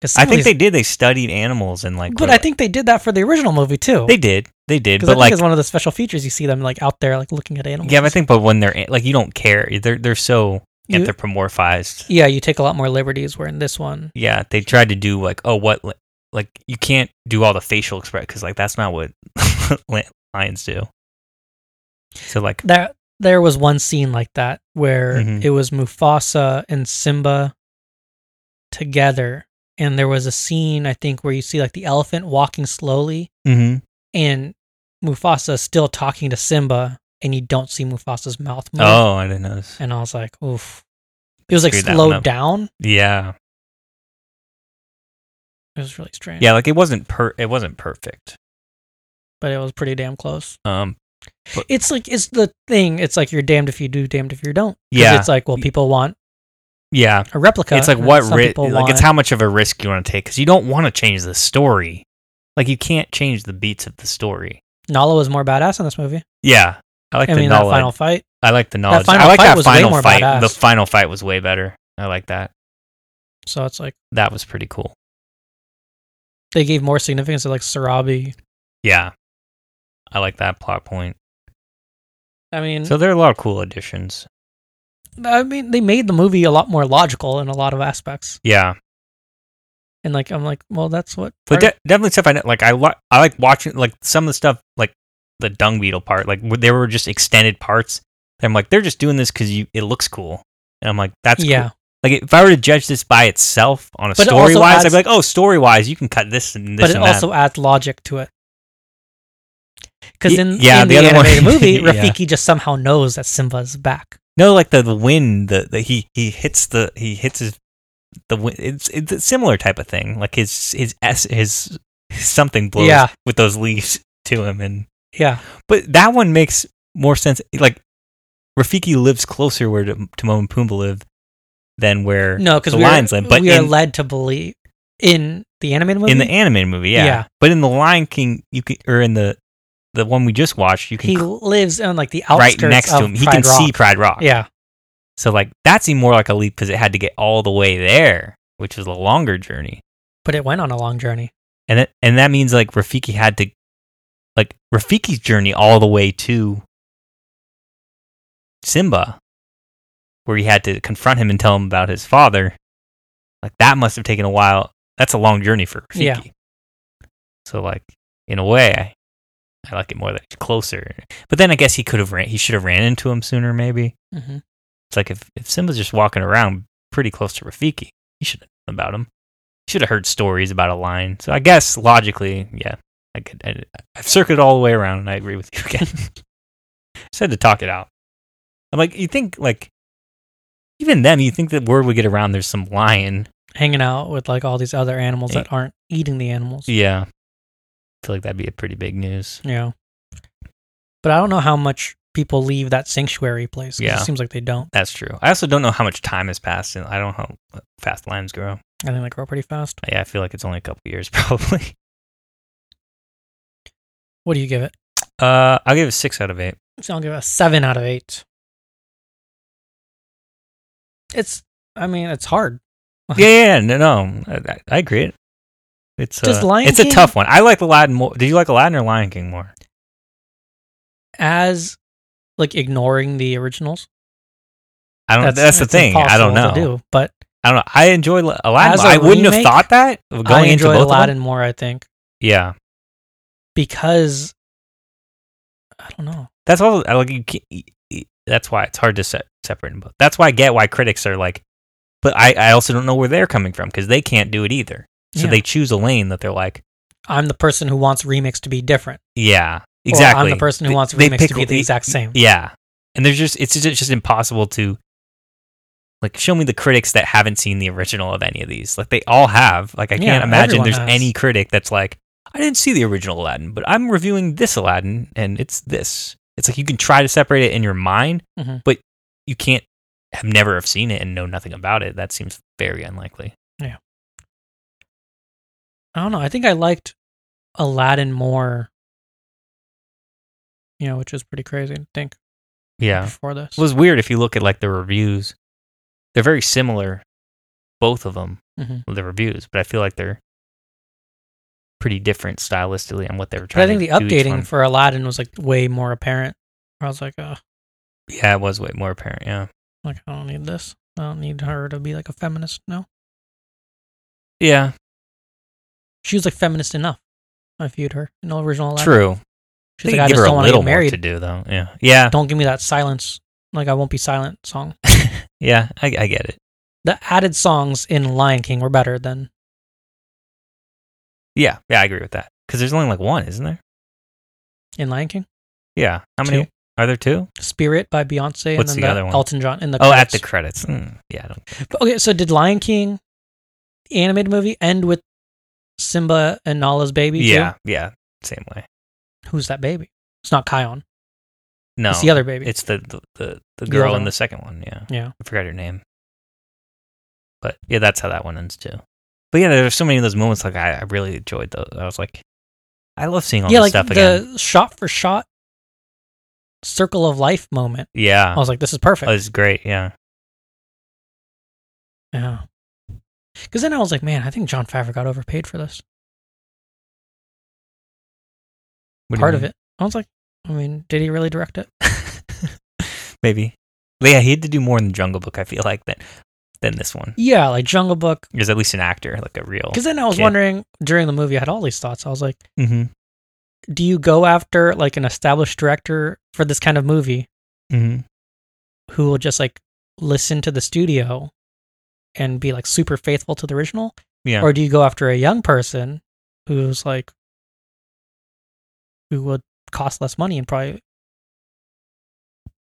Speaker 2: 'cause some
Speaker 3: I
Speaker 2: of
Speaker 3: think
Speaker 2: these-
Speaker 3: they did. They studied animals and like,
Speaker 2: But I think they did that for the original movie too.
Speaker 3: they did. They did,
Speaker 2: Because I
Speaker 3: but
Speaker 2: think
Speaker 3: like,
Speaker 2: it's one of the special features you see them like out there like looking at animals.
Speaker 3: yeah, but I think, but when they're a- like, you don't care. They're they're so
Speaker 2: You-
Speaker 3: anthropomorphized.
Speaker 2: yeah, you take a lot more liberties. Where in this one,
Speaker 3: yeah they tried to do like oh what li- like you can't do all the facial expression because like that's not what li- lions do so like
Speaker 2: that there was one scene like that where
Speaker 3: Mhm.
Speaker 2: it was Mufasa and Simba together, and there was a scene I think where you see like the elephant walking slowly,
Speaker 3: mm-hmm.
Speaker 2: and Mufasa still talking to Simba, and you don't see Mufasa's mouth move.
Speaker 3: oh i didn't notice
Speaker 2: And I was like, oof. It was like
Speaker 3: Screwed that one
Speaker 2: slowed
Speaker 3: up.
Speaker 2: down.
Speaker 3: yeah
Speaker 2: It was really strange.
Speaker 3: yeah like it wasn't per it wasn't perfect
Speaker 2: But it was pretty damn close.
Speaker 3: um
Speaker 2: It's like it's the thing. It's like you're damned if you do, damned if you don't. 'Cause
Speaker 3: Yeah.
Speaker 2: It's like well, people want
Speaker 3: yeah
Speaker 2: a replica.
Speaker 3: it's like
Speaker 2: and
Speaker 3: what
Speaker 2: some
Speaker 3: ri-
Speaker 2: people
Speaker 3: like
Speaker 2: want-
Speaker 3: it's how much of a risk you want to take because you don't want to change the story like you can't change the beats of the story
Speaker 2: Nala was more badass in this movie.
Speaker 3: yeah i like
Speaker 2: I
Speaker 3: the
Speaker 2: mean, that
Speaker 3: knowledge
Speaker 2: final fight.
Speaker 3: i like the knowledge
Speaker 2: final
Speaker 3: i like
Speaker 2: fight
Speaker 3: that
Speaker 2: was way
Speaker 3: final
Speaker 2: more
Speaker 3: fight
Speaker 2: badass.
Speaker 3: the final fight was way better i like that
Speaker 2: So it's like
Speaker 3: that was pretty cool
Speaker 2: they gave more significance to like Sarabi.
Speaker 3: Yeah. I like that plot point.
Speaker 2: I mean,
Speaker 3: So there are a lot of cool additions.
Speaker 2: I mean, they made the movie a lot more logical in a lot of aspects.
Speaker 3: Yeah.
Speaker 2: And like, I'm like, well, that's what.
Speaker 3: But
Speaker 2: part-
Speaker 3: de- definitely stuff I know, like I li- I like watching like some of the stuff like the dung beetle part like wh- there were just extended parts. And I'm like they're just doing this cuz you it looks cool. And I'm like that's
Speaker 2: yeah,
Speaker 3: cool. Like if I were to judge this by itself on a
Speaker 2: But it
Speaker 3: story
Speaker 2: also
Speaker 3: wise, I'd
Speaker 2: adds-
Speaker 3: be like, "Oh, story wise, you can cut this and this
Speaker 2: but it
Speaker 3: and that."
Speaker 2: also adds logic to it. Because
Speaker 3: Y-
Speaker 2: in,
Speaker 3: yeah,
Speaker 2: in
Speaker 3: the
Speaker 2: the,
Speaker 3: other one-
Speaker 2: animated movie,
Speaker 3: Yeah.
Speaker 2: Rafiki just somehow knows that Simba's back.
Speaker 3: no, like the, the wind, the, the he he hits the he hits his the wind. It's, it's a similar type of thing. Like his his s his something blows
Speaker 2: Yeah,
Speaker 3: with those leaves to him and
Speaker 2: yeah,
Speaker 3: but that one makes more sense like rafiki lives closer where to timon and pumbaa live than where
Speaker 2: no, because
Speaker 3: the
Speaker 2: we
Speaker 3: lions live
Speaker 2: are,
Speaker 3: but
Speaker 2: we are
Speaker 3: in,
Speaker 2: led to believe in the animated movie.
Speaker 3: in the animated movie yeah.
Speaker 2: Yeah.
Speaker 3: but in the lion king you can or in the the one we just watched you can
Speaker 2: he
Speaker 3: cl-
Speaker 2: lives on like the
Speaker 3: right
Speaker 2: outskirts
Speaker 3: next to
Speaker 2: of
Speaker 3: him he
Speaker 2: Pride
Speaker 3: can see
Speaker 2: Rock.
Speaker 3: pride rock
Speaker 2: Yeah,
Speaker 3: so like that seemed more like a leap because it had to get all the way there which was a longer journey
Speaker 2: but it went on a long journey.
Speaker 3: and it, and that means like Rafiki had to like Rafiki's journey all the way to Simba where he had to confront him and tell him about his father like that must have taken a while that's a long journey for Rafiki
Speaker 2: Yeah.
Speaker 3: so like in a way I, I like it more that it's closer but then I guess he could have ran he should have ran into him sooner maybe
Speaker 2: hmm
Speaker 3: it's like if, if Simba's just walking around pretty close to Rafiki, you should have known about him. You should have heard stories about a lion. So I guess logically, yeah, I could. I, I've circled all the way around, and I agree with you again. Just had to talk it out. I'm like, you think like even then, you think that word would get around. There's some lion.
Speaker 2: Hanging out with like all these other animals
Speaker 3: Yeah.
Speaker 2: that aren't eating the animals.
Speaker 3: Yeah, I feel like that'd be a pretty big news.
Speaker 2: Yeah. But I don't know how much people leave that sanctuary place. 'cause
Speaker 3: Yeah.
Speaker 2: It seems like they don't.
Speaker 3: That's true. I also don't know how much time has passed, and I don't know how fast lions grow.
Speaker 2: I think they grow pretty fast.
Speaker 3: Yeah, I feel like it's only a couple years probably.
Speaker 2: What do you give it?
Speaker 3: Uh, I'll give it six out of eight.
Speaker 2: So I'll give it a seven out of eight. It's, I mean, it's hard.
Speaker 3: yeah, yeah, yeah, no, no, I, I- I agree. It- It's
Speaker 2: Does
Speaker 3: uh,
Speaker 2: Lion
Speaker 3: it's a
Speaker 2: King-
Speaker 3: tough one. I like Aladdin more. Did you like Aladdin or Lion King more?
Speaker 2: As like ignoring the originals.
Speaker 3: I don't. Oh, That's, the
Speaker 2: it's
Speaker 3: thing. I don't know.
Speaker 2: impossible to do, but
Speaker 3: I don't know. I enjoy La- Aladdin.
Speaker 2: As a
Speaker 3: I wouldn't have
Speaker 2: remake,
Speaker 3: thought that going
Speaker 2: I
Speaker 3: into
Speaker 2: enjoy
Speaker 3: both of them.
Speaker 2: Aladdin more, I think,
Speaker 3: Yeah,
Speaker 2: because I don't know.
Speaker 3: that's all. I Like you can't, y- y- that's why it's hard to se- separate them both. That's why I get why critics are like, but I, I also don't know where they're coming from because they can't do it either. So
Speaker 2: Yeah.
Speaker 3: they choose a lane that they're like,
Speaker 2: I'm the person who wants remix to be different.
Speaker 3: yeah,
Speaker 2: Or
Speaker 3: exactly.
Speaker 2: I'm the person who
Speaker 3: They-
Speaker 2: wants
Speaker 3: they
Speaker 2: remix to
Speaker 3: pick-
Speaker 2: be the e-,
Speaker 3: y-
Speaker 2: exact same.
Speaker 3: Yeah, and there's just it's just, it's just impossible to like show me the critics that haven't seen the original of any of these. Like they all have. Like I
Speaker 2: Yeah,
Speaker 3: can't imagine
Speaker 2: everyone
Speaker 3: there's
Speaker 2: has.
Speaker 3: any critic that's like, I didn't see the original Aladdin, but I'm reviewing this Aladdin, and it's this. It's like you can try to separate it in your mind,
Speaker 2: Mhm.
Speaker 3: but you can't have never have seen it and know nothing about it. That seems very unlikely.
Speaker 2: I don't know. I think I liked Aladdin more. You know, which is pretty crazy to think
Speaker 3: Yeah.
Speaker 2: before this.
Speaker 3: It was weird if you look at like the reviews. They're very similar, both of them,
Speaker 2: Mhm.
Speaker 3: the reviews, but I feel like they're pretty different stylistically on what they were
Speaker 2: but I
Speaker 3: trying
Speaker 2: think
Speaker 3: to
Speaker 2: the
Speaker 3: do each one.
Speaker 2: updating for Aladdin was like way more apparent. Where I was like, oh,
Speaker 3: yeah, it was way more apparent. Yeah.
Speaker 2: like I don't need this. I don't need her to be like a feminist. No,
Speaker 3: Yeah.
Speaker 2: she was like feminist enough. I viewed her in the original Aladdin.
Speaker 3: True.
Speaker 2: She's
Speaker 3: They
Speaker 2: like, I
Speaker 3: give
Speaker 2: just
Speaker 3: her
Speaker 2: don't
Speaker 3: a
Speaker 2: want to
Speaker 3: little
Speaker 2: get
Speaker 3: more
Speaker 2: married.
Speaker 3: to do though. Yeah. Yeah.
Speaker 2: Don't give me that silence. Like I won't be silent song.
Speaker 3: Yeah. I, I get it.
Speaker 2: the added songs in Lion King were better than
Speaker 3: Yeah. Yeah. I agree with that. Because there's only like one, isn't there?
Speaker 2: in Lion King.
Speaker 3: Yeah. How many
Speaker 2: Two.
Speaker 3: are there? Two?
Speaker 2: Spirit by Beyonce
Speaker 3: What's
Speaker 2: and then
Speaker 3: the other one?
Speaker 2: Elton John in the
Speaker 3: Oh, at
Speaker 2: credits.
Speaker 3: the credits. Mm, yeah. I don't,
Speaker 2: Okay, so did Lion King, the animated movie, end with Simba and Nala's baby? too?
Speaker 3: yeah. Yeah. Same way.
Speaker 2: Who's that baby? It's not Kion.
Speaker 3: No.
Speaker 2: It's the other baby.
Speaker 3: It's the the, the, the
Speaker 2: The
Speaker 3: girl
Speaker 2: other
Speaker 3: in
Speaker 2: one.
Speaker 3: the second one. Yeah.
Speaker 2: Yeah.
Speaker 3: I forgot her name. But yeah, that's how that one ends too. But yeah, there's so many of those moments like I, I really enjoyed those. I was like, I love seeing all
Speaker 2: yeah,
Speaker 3: this
Speaker 2: like
Speaker 3: stuff
Speaker 2: the
Speaker 3: again.
Speaker 2: shot for shot circle of life moment.
Speaker 3: Yeah.
Speaker 2: I was like, this is
Speaker 3: It
Speaker 2: perfect.
Speaker 3: was great. Yeah.
Speaker 2: yeah. Because then I was like, man, I think John Favreau got overpaid for this.
Speaker 3: What do you
Speaker 2: Part of
Speaker 3: mean?
Speaker 2: it. I was like, I mean, did he really direct it?
Speaker 3: Maybe. But yeah, he had to do more in the Jungle Book, I feel like, than than this one.
Speaker 2: Yeah, like Jungle Book.
Speaker 3: He was at least an actor, like a real.
Speaker 2: Because then I was
Speaker 3: Kid.
Speaker 2: wondering during the movie, I had all these thoughts. I was like,
Speaker 3: Mm-hmm.
Speaker 2: do you go after like an established director for this kind of movie
Speaker 3: Mm-hmm.
Speaker 2: who will just like listen to the studio and be like super faithful to the original?
Speaker 3: Yeah.
Speaker 2: Or do you go after a young person who's like who would cost less money and probably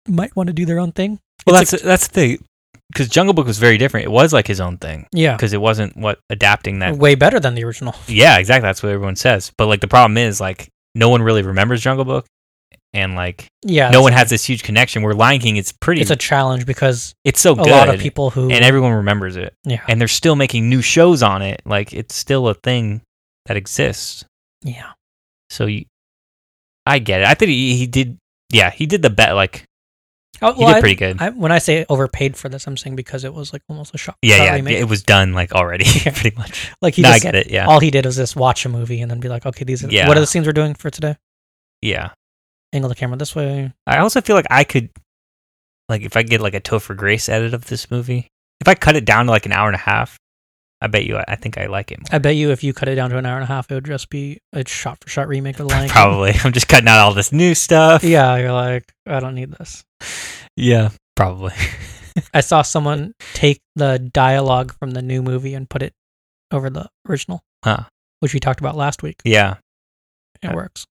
Speaker 2: might want to do their own thing?
Speaker 3: well,
Speaker 2: It's
Speaker 3: that's that's the because Jungle Book was very different. It was like his own thing
Speaker 2: Yeah.
Speaker 3: because it wasn't what adapting that
Speaker 2: Way better than the original.
Speaker 3: Yeah, exactly. That's what everyone says. But like the problem is like no one really remembers Jungle Book, and like
Speaker 2: Yeah.
Speaker 3: no one has this huge connection. Where Lion King, it's pretty,
Speaker 2: it's a
Speaker 3: it's,
Speaker 2: challenge because
Speaker 3: so
Speaker 2: a
Speaker 3: good,
Speaker 2: lot of people who
Speaker 3: and everyone remembers it,
Speaker 2: yeah.
Speaker 3: and they're still making new shows on it. Like it's still a thing that exists.
Speaker 2: yeah.
Speaker 3: So you, I get it. I think he, he did. Yeah, he did the bet. Like
Speaker 2: Oh,
Speaker 3: he
Speaker 2: well,
Speaker 3: did
Speaker 2: I-
Speaker 3: pretty good.
Speaker 2: I, when I say overpaid for this, I'm saying because it was like almost a shot. shot
Speaker 3: yeah, yeah,
Speaker 2: remake.
Speaker 3: It was done like already, pretty much.
Speaker 2: like he
Speaker 3: No, I
Speaker 2: just,
Speaker 3: get it. Yeah,
Speaker 2: all he did was just watch a movie and then be like, okay, these are
Speaker 3: Yeah.
Speaker 2: what are the scenes we're doing for today?
Speaker 3: yeah.
Speaker 2: Angle the camera this way.
Speaker 3: I also feel like I could, like, if I get like a Topher Grace edit of this movie, if I cut it down to like an hour and a half, I bet you I, I think I like it more.
Speaker 2: I bet you if you cut it down to an hour and a half, it would just be a shot for shot remake of the Lion King.
Speaker 3: Probably. I'm just cutting out all this new stuff.
Speaker 2: Yeah, you're like, I don't need this.
Speaker 3: Yeah. Probably.
Speaker 2: I saw someone take the dialogue from the new movie and put it over the original,
Speaker 3: Huh.
Speaker 2: which we talked about last week.
Speaker 3: Yeah.
Speaker 2: It
Speaker 3: Uh,
Speaker 2: works.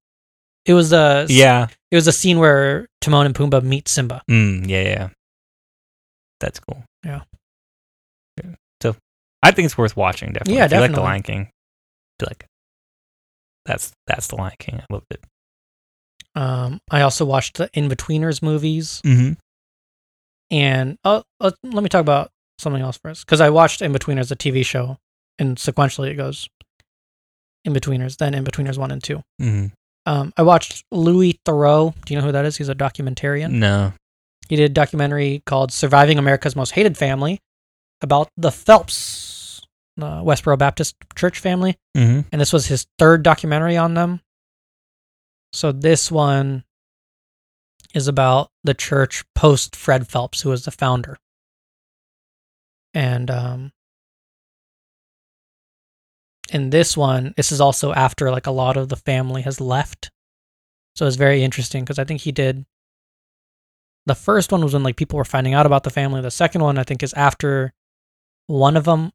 Speaker 2: It was the
Speaker 3: Yeah.
Speaker 2: It was a scene where Timon and Pumbaa meet Simba.
Speaker 3: Mm, yeah. Yeah. That's cool.
Speaker 2: Yeah.
Speaker 3: Yeah. So I think it's worth watching. Definitely.
Speaker 2: Yeah,
Speaker 3: If you like The
Speaker 2: definitely.
Speaker 3: Lion King, be like, that's that's The Lion King. I loved it.
Speaker 2: Um, I also watched the In Betweeners movies.
Speaker 3: Mm-hmm.
Speaker 2: and uh, let, let me talk about something else first because i watched in betweeners a tv show and sequentially it goes in betweeners then in betweeners 1 and 2
Speaker 3: Mm-hmm.
Speaker 2: um, i watched louis thoreau do you know who that is he's a documentarian
Speaker 3: No.
Speaker 2: he did a documentary called surviving america's most hated family about the phelps the westboro baptist church family
Speaker 3: Mm-hmm.
Speaker 2: and this was his third documentary on them. So this one is about the church post Fred Phelps, who was the founder. And um, in this one, this is also after like a lot of the family has left. So it's very interesting because I think he did. The first one was when like people were finding out about the family. The second one I think is after one of them.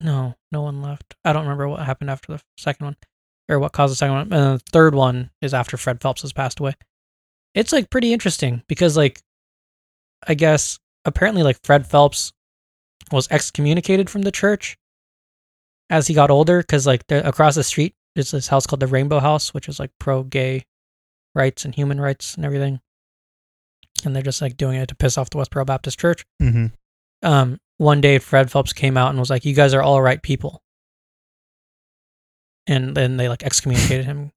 Speaker 2: No, no one left. I don't remember what happened after the second one, or what caused the second one. And the third one is after Fred Phelps has passed away. It's like pretty interesting because like, I guess apparently like Fred Phelps was excommunicated from the church as he got older because like the, across the street is this house called the rainbow house which is like pro-gay rights and human rights and everything and they're just like doing it to piss off the westboro baptist church
Speaker 3: Mm-hmm.
Speaker 2: um, one day fred phelps came out and was like you guys are all right people and then they like excommunicated him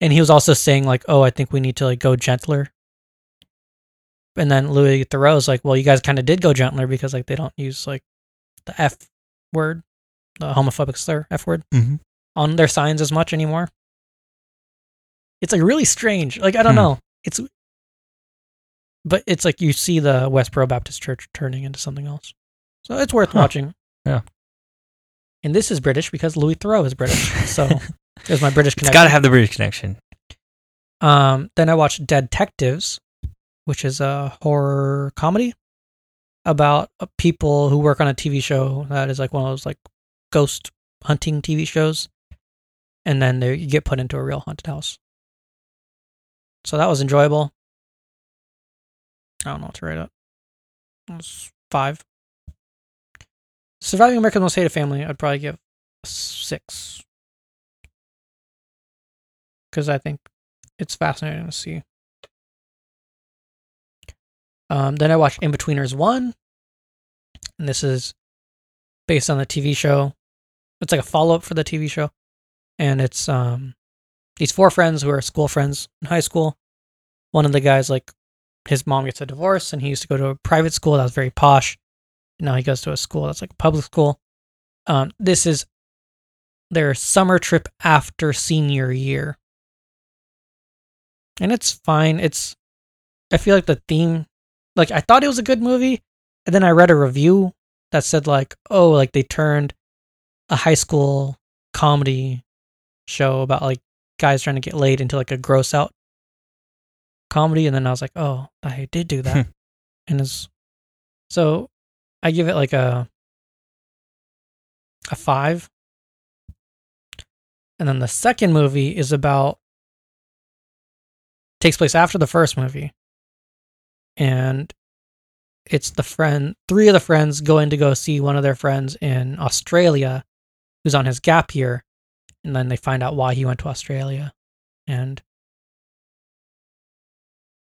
Speaker 2: and he was also saying like oh i think we need to like go gentler and then louis thoreau's like well you guys kind of did go gentler because like they don't use like the f word the homophobic slur f word
Speaker 3: Mm-hmm.
Speaker 2: on their signs as much anymore. It's like really strange. Like I don't
Speaker 3: Hmm.
Speaker 2: know. It's but it's like you see the Westboro Baptist Church turning into something else. So it's worth
Speaker 3: Huh.
Speaker 2: watching.
Speaker 3: Yeah.
Speaker 2: And this is British because Louis Thoreau is British. So there's my British
Speaker 3: It's
Speaker 2: connection.
Speaker 3: got to have the British connection.
Speaker 2: Um, then I watched Detectives, which is a horror comedy about uh, people who work on a TV show that is like one of those like ghost hunting TV shows, and then they you get put into a real haunted house. So that was enjoyable. I don't know what to rate it. It was five. Surviving America's Most Hated Family, I'd probably give a six because I think it's fascinating to see. Um, then I watched In Betweeners One, and this is based on the TV show. It's like a follow up for the TV show, and it's um, these four friends who are school friends in high school. One of the guys, like his mom, gets a divorce, and he used to go to a private school that was very posh. Now he goes to a school that's like a public school. Um, this is their summer trip after senior year and it's fine. It's I feel like the theme like I thought it was a good movie, and then I read a review that said like, oh, like they turned a high school comedy show about like guys trying to get laid into like a gross out comedy, and then I was like, oh, I did do that, and it's so I give it like a a five. And then the second movie is about takes place after the first movie. And it's the friend, three of the friends going to go see one of their friends in Australia who's on his gap year. And then they find out why he went to Australia. And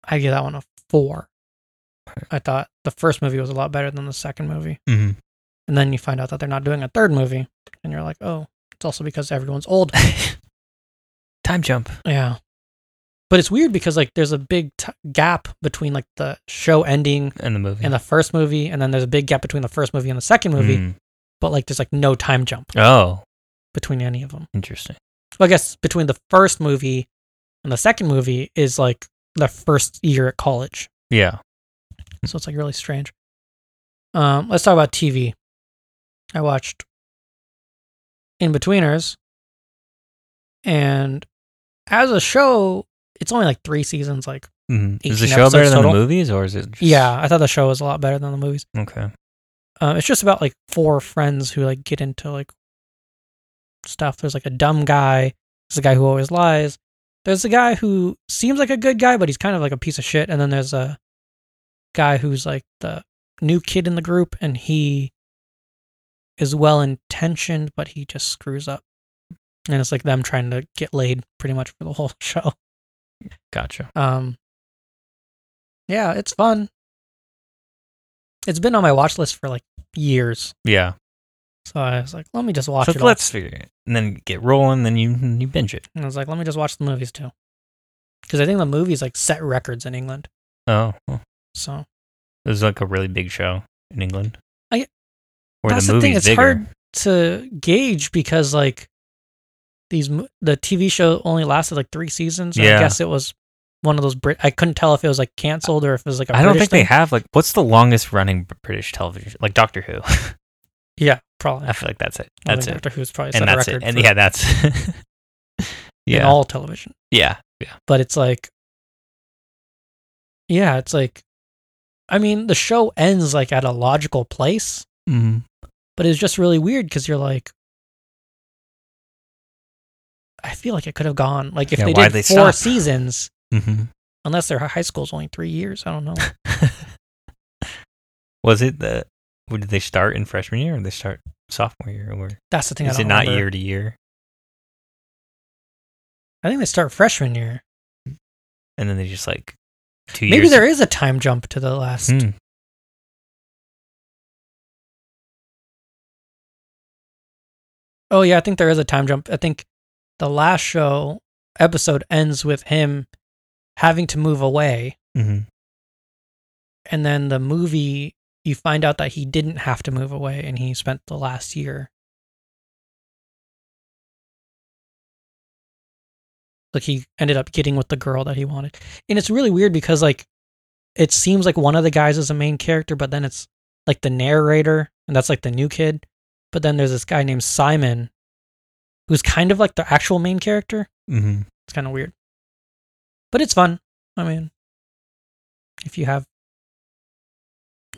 Speaker 2: I give that one a four. I thought the first movie was a lot better than the second movie.
Speaker 3: Mm-hmm.
Speaker 2: And then you find out that they're not doing a third movie. And you're like, oh, it's also because everyone's old.
Speaker 3: Time jump.
Speaker 2: Yeah. But it's weird because like there's a big t- gap between like the show ending
Speaker 3: in the movie.
Speaker 2: and the first movie and then there's a big gap between the first movie and the second movie,
Speaker 3: Mm.
Speaker 2: but like there's like no time jump
Speaker 3: Oh,
Speaker 2: between any of them.
Speaker 3: interesting.
Speaker 2: Well, I guess between the first movie and the second movie is like the first year at college.
Speaker 3: Yeah.
Speaker 2: So it's like really strange. Um, let's talk about TV. I watched In Betweeners, and as a show, it's only like three seasons. Like,
Speaker 3: Mm. Is the
Speaker 2: 18
Speaker 3: show better
Speaker 2: episodes
Speaker 3: than
Speaker 2: total?
Speaker 3: the movies, or is it? Just...
Speaker 2: yeah, I thought the show was a lot better than the movies.
Speaker 3: Okay.
Speaker 2: Um, it's just about like four friends who like get into like stuff. There's like a dumb guy. There's a guy who always lies. There's a guy who seems like a good guy, but he's kind of like a piece of shit. And then there's a guy who's like the new kid in the group, and he is well intentioned, but he just screws up. And it's like them trying to get laid pretty much for the whole show.
Speaker 3: Gotcha.
Speaker 2: Um, yeah, it's fun. It's been on my watch list for like years,
Speaker 3: Yeah.
Speaker 2: so I was like, let me just watch
Speaker 3: so
Speaker 2: it. all.
Speaker 3: let's figure it, and then get rolling. Then you you binge it.
Speaker 2: And I was like, let me just watch the movies too, because I think the movies like set records in England.
Speaker 3: Oh, well,
Speaker 2: So
Speaker 3: this is like a really big show in England.
Speaker 2: I-
Speaker 3: Where
Speaker 2: that's
Speaker 3: the
Speaker 2: the
Speaker 3: movie's
Speaker 2: thing, it's
Speaker 3: bigger.
Speaker 2: hard- to gauge because like these mo- the TV show only lasted like three seasons. and I
Speaker 3: Yeah.
Speaker 2: guess it was one of those Brit. I couldn't tell if it was like canceled or if it was like I
Speaker 3: I don't think they have like what's the longest running British television like Doctor Who.
Speaker 2: Yeah, probably.
Speaker 3: I feel like that's it.
Speaker 2: I
Speaker 3: That's
Speaker 2: think
Speaker 3: it.
Speaker 2: Doctor Who's probably set
Speaker 3: And
Speaker 2: a
Speaker 3: that's it.
Speaker 2: record
Speaker 3: And
Speaker 2: for
Speaker 3: yeah, that's
Speaker 2: in
Speaker 3: yeah,
Speaker 2: all television.
Speaker 3: yeah, yeah.
Speaker 2: But it's like, yeah, it's like, I mean, the show ends like at a logical place,
Speaker 3: Mm.
Speaker 2: but it's just really weird because you're like, I feel like it could have gone like if
Speaker 3: Yeah,
Speaker 2: they
Speaker 3: why'd
Speaker 2: did
Speaker 3: they
Speaker 2: four
Speaker 3: stop?
Speaker 2: seasons,
Speaker 3: hmm
Speaker 2: unless their high school's only three years. I don't know.
Speaker 3: Was it the? Or did they start in freshman year, or did they start sophomore year, or
Speaker 2: That's the thing. I
Speaker 3: is
Speaker 2: don't
Speaker 3: it not
Speaker 2: remember.
Speaker 3: year to year?
Speaker 2: I think they start freshman year.
Speaker 3: And then they just like two
Speaker 2: Maybe
Speaker 3: years.
Speaker 2: there is a time jump to the last.
Speaker 3: Hmm.
Speaker 2: Oh yeah, I think there is a time jump. I think the last show episode ends with him having to move away,
Speaker 3: Mhm.
Speaker 2: and then the movie you find out that he didn't have to move away, and he spent the last year. Like he ended up getting with the girl that he wanted, and it's really weird because like it seems like one of the guys is a main character, but then it's like the narrator, and that's like the new kid. But then there's this guy named Simon, who's kind of like the actual main character.
Speaker 3: Mhm.
Speaker 2: It's kind of weird, but it's fun. I mean, if you have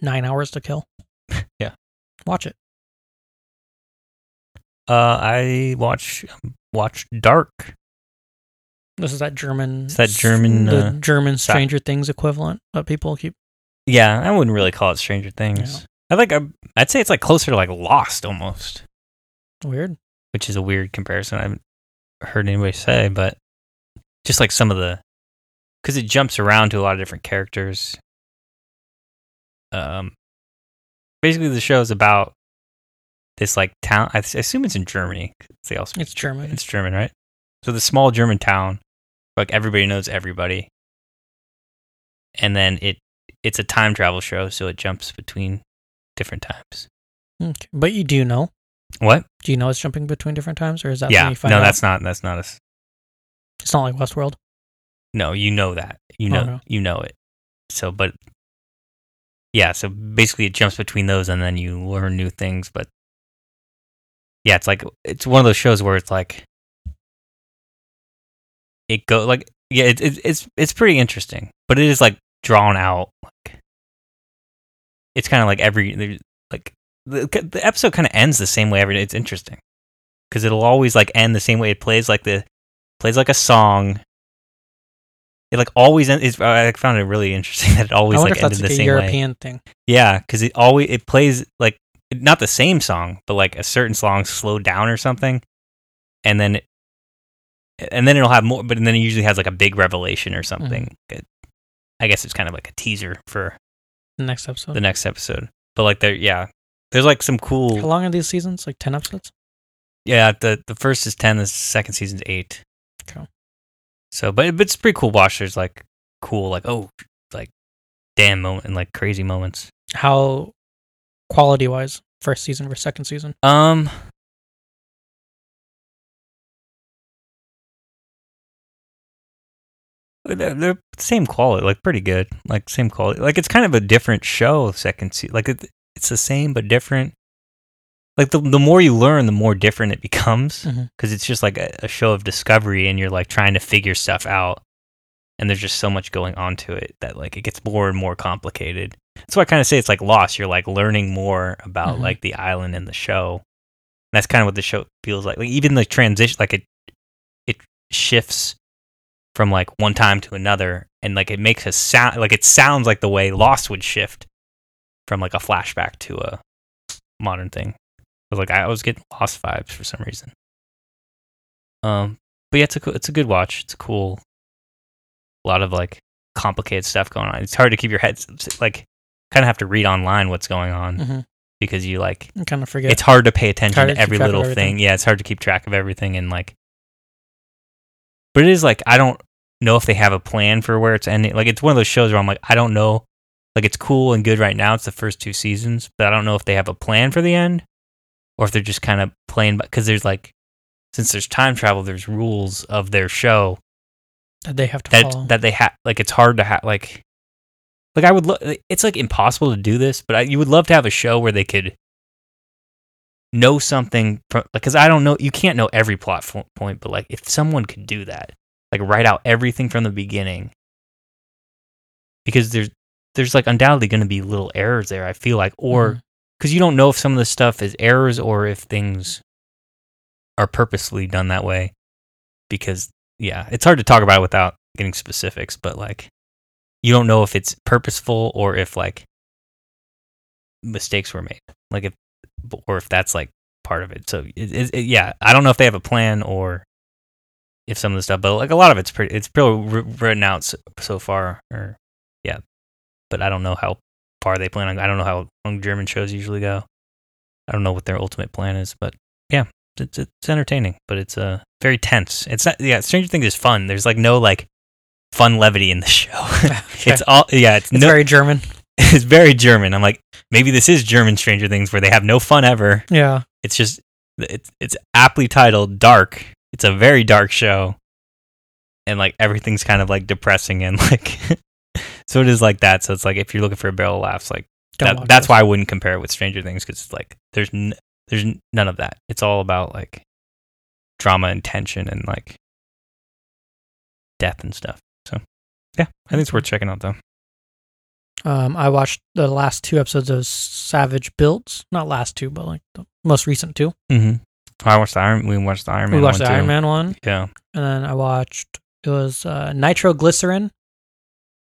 Speaker 2: nine hours to kill,
Speaker 3: Yeah.
Speaker 2: watch it.
Speaker 3: Uh, I watch watch Dark.
Speaker 2: This is that German.
Speaker 3: It's that German,
Speaker 2: The
Speaker 3: uh,
Speaker 2: German
Speaker 3: sa-
Speaker 2: Stranger Things equivalent, but people keep.
Speaker 3: Yeah, I wouldn't really call it Stranger Things.
Speaker 2: Yeah.
Speaker 3: I like. I, I'd say it's like closer to like Lost almost.
Speaker 2: Weird.
Speaker 3: which is a weird comparison. I haven't heard anybody say, but just like some of the, because it jumps around to a lot of different characters. Um, basically the show is about this like town. I s- I assume it's in Germany. 'cause They also
Speaker 2: It's German.
Speaker 3: it's German, right? So the small German town, like everybody knows everybody, and then it it's a time travel show, so it jumps between different times.
Speaker 2: Okay. Hmm. But you do know.
Speaker 3: What?
Speaker 2: Do you know it's jumping between different times, or is that
Speaker 3: yeah,
Speaker 2: when
Speaker 3: no,
Speaker 2: you find out?
Speaker 3: that's not that's not a s-
Speaker 2: It's not like Westworld.
Speaker 3: No, you know that. You
Speaker 2: Oh,
Speaker 3: know
Speaker 2: no.
Speaker 3: you know it. So but yeah, so basically it jumps between those and then you learn new things, but yeah, it's like it's one of those shows where it's like it go like yeah, it, it, it's it's pretty interesting, but it is like drawn out. Like it's kind of like every there's, like the, the episode kind of ends the same way every day. It's interesting because it'll always like end the same way. It plays like the plays like a song. It like always ends. It's, I found it really interesting that it always
Speaker 2: I wonder
Speaker 3: like
Speaker 2: if
Speaker 3: ended
Speaker 2: that's
Speaker 3: the
Speaker 2: like a
Speaker 3: same way.
Speaker 2: European thing.
Speaker 3: Yeah, because it always it plays like not the same song, but like a certain song slowed down or something, and then it, and then it'll have more. But then it usually has like a big revelation or something.
Speaker 2: Mm-hmm.
Speaker 3: It- I guess it's kind of like a teaser for
Speaker 2: The next episode.
Speaker 3: the next episode. But like there, yeah, there's like some
Speaker 2: How
Speaker 3: cool.
Speaker 2: long are these seasons? Like ten episodes?
Speaker 3: Yeah, the the first is ten, the second season's eight.
Speaker 2: Cool.
Speaker 3: So, but but it's pretty cool. Watch there's like cool, like oh, like damn moment and like crazy moments.
Speaker 2: How quality wise, first season versus second season?
Speaker 3: Um, they're, they're same quality, like pretty good, like same quality. Like it's kind of a different show. Second season, like it, it's the same but different. Like the the more you learn, the more different it becomes because
Speaker 2: Mhm.
Speaker 3: it's just like a, a show of discovery, and you're like trying to figure stuff out. And there's just so much going on to it that like it gets more and more complicated. That's why I kind of say it's like Lost. You're like learning more about
Speaker 2: Mhm.
Speaker 3: like the island and the show. That's kind of what the show feels like. Like even the transition, like it, it shifts from like one time to another, and like it makes a sound. Like it sounds like the way Lost would shift from like a flashback to a modern thing. But like I was getting Lost vibes for some reason. Um, but yeah, it's a coo- it's a good watch. It's a cool. A lot of like complicated stuff going on. It's hard to keep your head like kind of have to read online what's going on
Speaker 2: Mm-hmm.
Speaker 3: because you like
Speaker 2: I kind of forget.
Speaker 3: it's hard to pay attention
Speaker 2: Hard
Speaker 3: to,
Speaker 2: to keep
Speaker 3: every
Speaker 2: track of
Speaker 3: little
Speaker 2: everything.
Speaker 3: thing. Yeah, it's hard to keep track of everything and like But it is like I don't know if they have a plan for where it's ending. Like it's one of those shows where I'm like I don't know. Like it's cool and good right now. It's the first two seasons, but I don't know if they have a plan for the end or if they're just kind of playing because there's like since there's time travel, there's rules of their show
Speaker 2: that they have to
Speaker 3: that
Speaker 2: follow.
Speaker 3: that they have like it's hard to have like like I would lo- it's like impossible to do this, but I, you would love to have a show where they could know something because I don't know. You can't know every plot fo- point, but like if someone could do that, like write out everything from the beginning, because there's there's like undoubtedly going to be little errors there. I feel like, or because you don't know if some of the stuff is errors or if things are purposely done that way. Because yeah, it's hard to talk about without getting specifics, but like you don't know if it's purposeful or if like mistakes were made, like if or if that's like part of it. So it, it, it- yeah, I don't know if they have a plan or if some of the stuff, but like a lot of it's pretty, it's pretty wr- written out so, so far. Or yeah, but I don't know how far they plan on. I don't know how long German shows usually go. I don't know what their ultimate plan is, but yeah, it's it's entertaining, but it's uh very tense. It's not yeah. Stranger Things is fun. There's like no like fun levity in the show. it's all yeah. It's,
Speaker 2: It's
Speaker 3: no,
Speaker 2: very German.
Speaker 3: it's very German. I'm like maybe this is German Stranger Things where they have no fun ever
Speaker 2: Yeah.
Speaker 3: it's just it's it's aptly titled dark it's a very dark show and like everything's kind of like depressing and like so it is like that so it's like if you're looking for a barrel of laughs like
Speaker 2: Don't
Speaker 3: that,
Speaker 2: watch
Speaker 3: that's
Speaker 2: this.
Speaker 3: why i wouldn't compare it with stranger things because it's like there's n- there's n- none of that it's all about like drama and tension and like death and stuff so yeah i think it's worth checking out though
Speaker 2: Um, I watched the last two episodes of Savage Builds. Not last two, but like the most recent two.
Speaker 3: mm-hmm i watched the iron we watched the iron man
Speaker 2: we watched
Speaker 3: one
Speaker 2: the
Speaker 3: too.
Speaker 2: Iron Man one, and
Speaker 3: yeah
Speaker 2: then I watched it was uh, Nitroglycerin,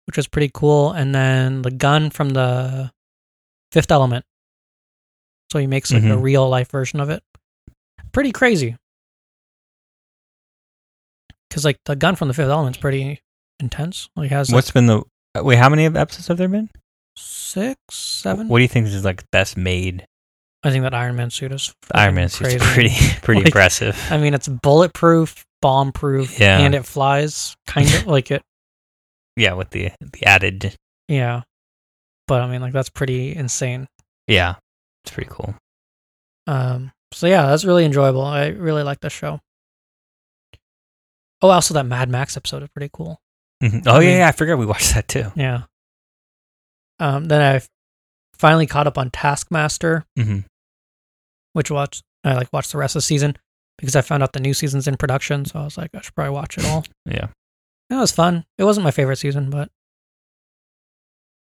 Speaker 2: which was pretty cool, and then the gun from the Fifth Element. So he makes like a
Speaker 3: Mhm.
Speaker 2: real life version of it. Pretty crazy. Because like the gun from the Fifth Element's pretty intense. Like it has like, Mm-hmm.
Speaker 3: what's been the uh, wait how many episodes have there been
Speaker 2: six, seven.
Speaker 3: What do you think is like best made?
Speaker 2: I think that Iron Man suit is
Speaker 3: The Iron Man
Speaker 2: freaking crazy.
Speaker 3: suit's pretty pretty
Speaker 2: Like-
Speaker 3: impressive.
Speaker 2: I mean, it's bulletproof, bomb proof,
Speaker 3: Yeah.
Speaker 2: and it flies kind of like it.
Speaker 3: Yeah, with the the added
Speaker 2: Yeah. But I mean, like, that's pretty insane.
Speaker 3: yeah, it's pretty cool.
Speaker 2: Um, so yeah, that's really enjoyable. I really like this show. Oh, also, that Mad Max episode is pretty cool.
Speaker 3: Mhm.
Speaker 2: Mm-hmm.
Speaker 3: Oh
Speaker 2: I
Speaker 3: yeah,
Speaker 2: mean-
Speaker 3: yeah, I forgot we watched that too.
Speaker 2: Yeah. Um, then I finally caught up on Taskmaster,
Speaker 3: hmm
Speaker 2: which watched, I like watched the rest of the season because I found out the new season's in production. So I was like, I should probably watch it all.
Speaker 3: Yeah,
Speaker 2: It was fun. It wasn't my favorite season, but it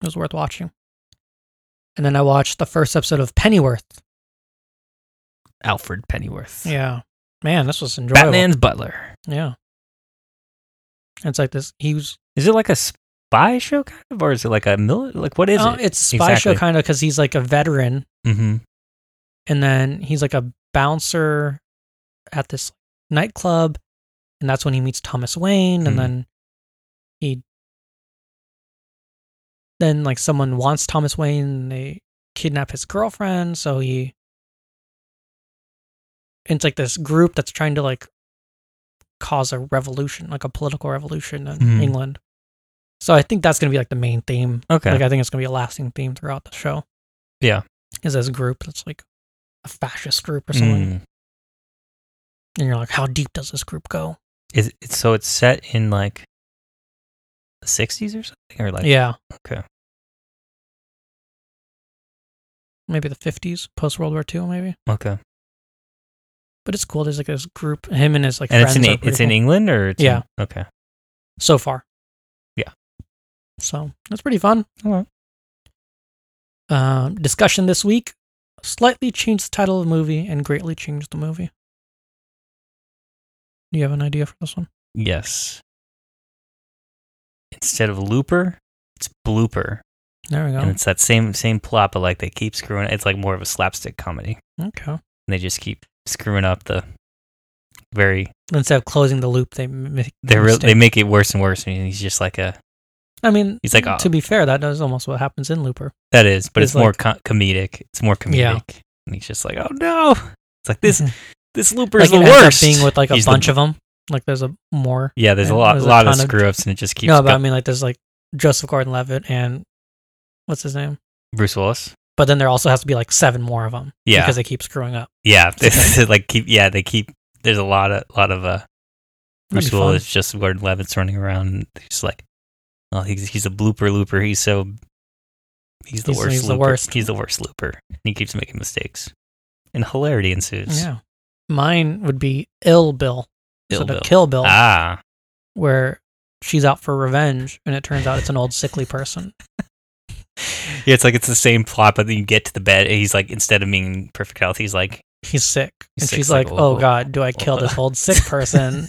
Speaker 2: was worth watching. And then I watched the first episode of Pennyworth.
Speaker 3: Alfred Pennyworth.
Speaker 2: Yeah. Man, this was enjoyable.
Speaker 3: Batman's butler.
Speaker 2: Yeah. It's like this. He was.
Speaker 3: Is it like a spy show kind of, or is it like a mil? Like what is
Speaker 2: Oh,
Speaker 3: it?
Speaker 2: It's spy
Speaker 3: Exactly.
Speaker 2: show kind of because he's like a veteran,
Speaker 3: Mm-hmm.
Speaker 2: and then he's like a bouncer at this nightclub, and that's when he meets Thomas Wayne,
Speaker 3: Mhm.
Speaker 2: and then he. Then like someone wants Thomas Wayne, and they kidnap his girlfriend, so he. It's like this group that's trying to like cause a revolution, like a political revolution in
Speaker 3: Mhm.
Speaker 2: England. So I think that's gonna be like the main theme
Speaker 3: Okay.
Speaker 2: like I think it's gonna be a lasting theme throughout the show.
Speaker 3: Yeah.
Speaker 2: Is this group that's like a fascist group or something.
Speaker 3: Mm.
Speaker 2: And you're like, how deep does this group go?
Speaker 3: Is it, so it's set in like the sixties or something, or like
Speaker 2: yeah.
Speaker 3: okay.
Speaker 2: Maybe the fifties, post World War II, maybe.
Speaker 3: okay,
Speaker 2: But it's cool. There's like this group, him and his like
Speaker 3: and it's
Speaker 2: friends.
Speaker 3: in
Speaker 2: are
Speaker 3: E-, it's
Speaker 2: pretty
Speaker 3: in
Speaker 2: cool
Speaker 3: England or it's in-
Speaker 2: Yeah.
Speaker 3: okay.
Speaker 2: so far.
Speaker 3: Yeah.
Speaker 2: So that's pretty fun.
Speaker 3: Alright.
Speaker 2: Um, discussion this week slightly changed the title of the movie and greatly changed the movie. Do you have an idea for this one?
Speaker 3: Yes. Instead of looper, it's blooper,
Speaker 2: There we go.
Speaker 3: and it's that same same plot, but like they keep screwing. It's like more of a slapstick comedy,
Speaker 2: okay.
Speaker 3: and they just keep screwing up the very.
Speaker 2: instead of closing the loop, they make
Speaker 3: They re- they make it worse and worse, and he's just like a
Speaker 2: I mean,
Speaker 3: he's like, "Oh."
Speaker 2: to be fair, that is almost what happens in Looper.
Speaker 3: that is, but it's,
Speaker 2: It's
Speaker 3: more
Speaker 2: like-
Speaker 3: co- comedic. It's more comedic,
Speaker 2: Yeah. Mm-hmm.
Speaker 3: and he's just like, oh no! It's like this this looper
Speaker 2: like
Speaker 3: is the
Speaker 2: it ends up
Speaker 3: worst.
Speaker 2: being with like a
Speaker 3: He's the-
Speaker 2: bunch of 'em. of them. Like there's a more.
Speaker 3: yeah, there's a
Speaker 2: and
Speaker 3: lot
Speaker 2: there's a
Speaker 3: lot of
Speaker 2: ton of-
Speaker 3: screw ups, and it just keeps.
Speaker 2: no, but I
Speaker 3: go-
Speaker 2: mean, like there's like Joseph Gordon-Levitt and what's his name.
Speaker 3: Bruce Willis.
Speaker 2: But then there also has to be like seven more of them.
Speaker 3: Yeah.
Speaker 2: because they keep screwing up.
Speaker 3: Yeah, like keep. Yeah, they keep. There's a lot of lot of uh
Speaker 2: That'd be
Speaker 3: Bruce Willis
Speaker 2: fun.
Speaker 3: just Gordon Levitt's running around. And he's like, oh, he's he's a blooper looper. He's so he's the
Speaker 2: He's-
Speaker 3: worst.
Speaker 2: he's the
Speaker 3: looper.
Speaker 2: worst.
Speaker 3: He's the worst looper. And he keeps making mistakes. and hilarity ensues.
Speaker 2: Yeah. Mine would be Ill Bill.
Speaker 3: Ill
Speaker 2: so the
Speaker 3: Bill.
Speaker 2: Kill Bill,
Speaker 3: Ah,
Speaker 2: where she's out for revenge, and it turns out it's an old sickly person.
Speaker 3: yeah. It's like it's the same plot, but then you get to the bed, and he's like, instead of being in perfect health, he's like,
Speaker 2: He's sick.
Speaker 3: He's
Speaker 2: and
Speaker 3: sick,
Speaker 2: she's
Speaker 3: sick,
Speaker 2: like,
Speaker 3: old-
Speaker 2: oh
Speaker 3: old-
Speaker 2: God, do I kill
Speaker 3: old-
Speaker 2: this old sick person?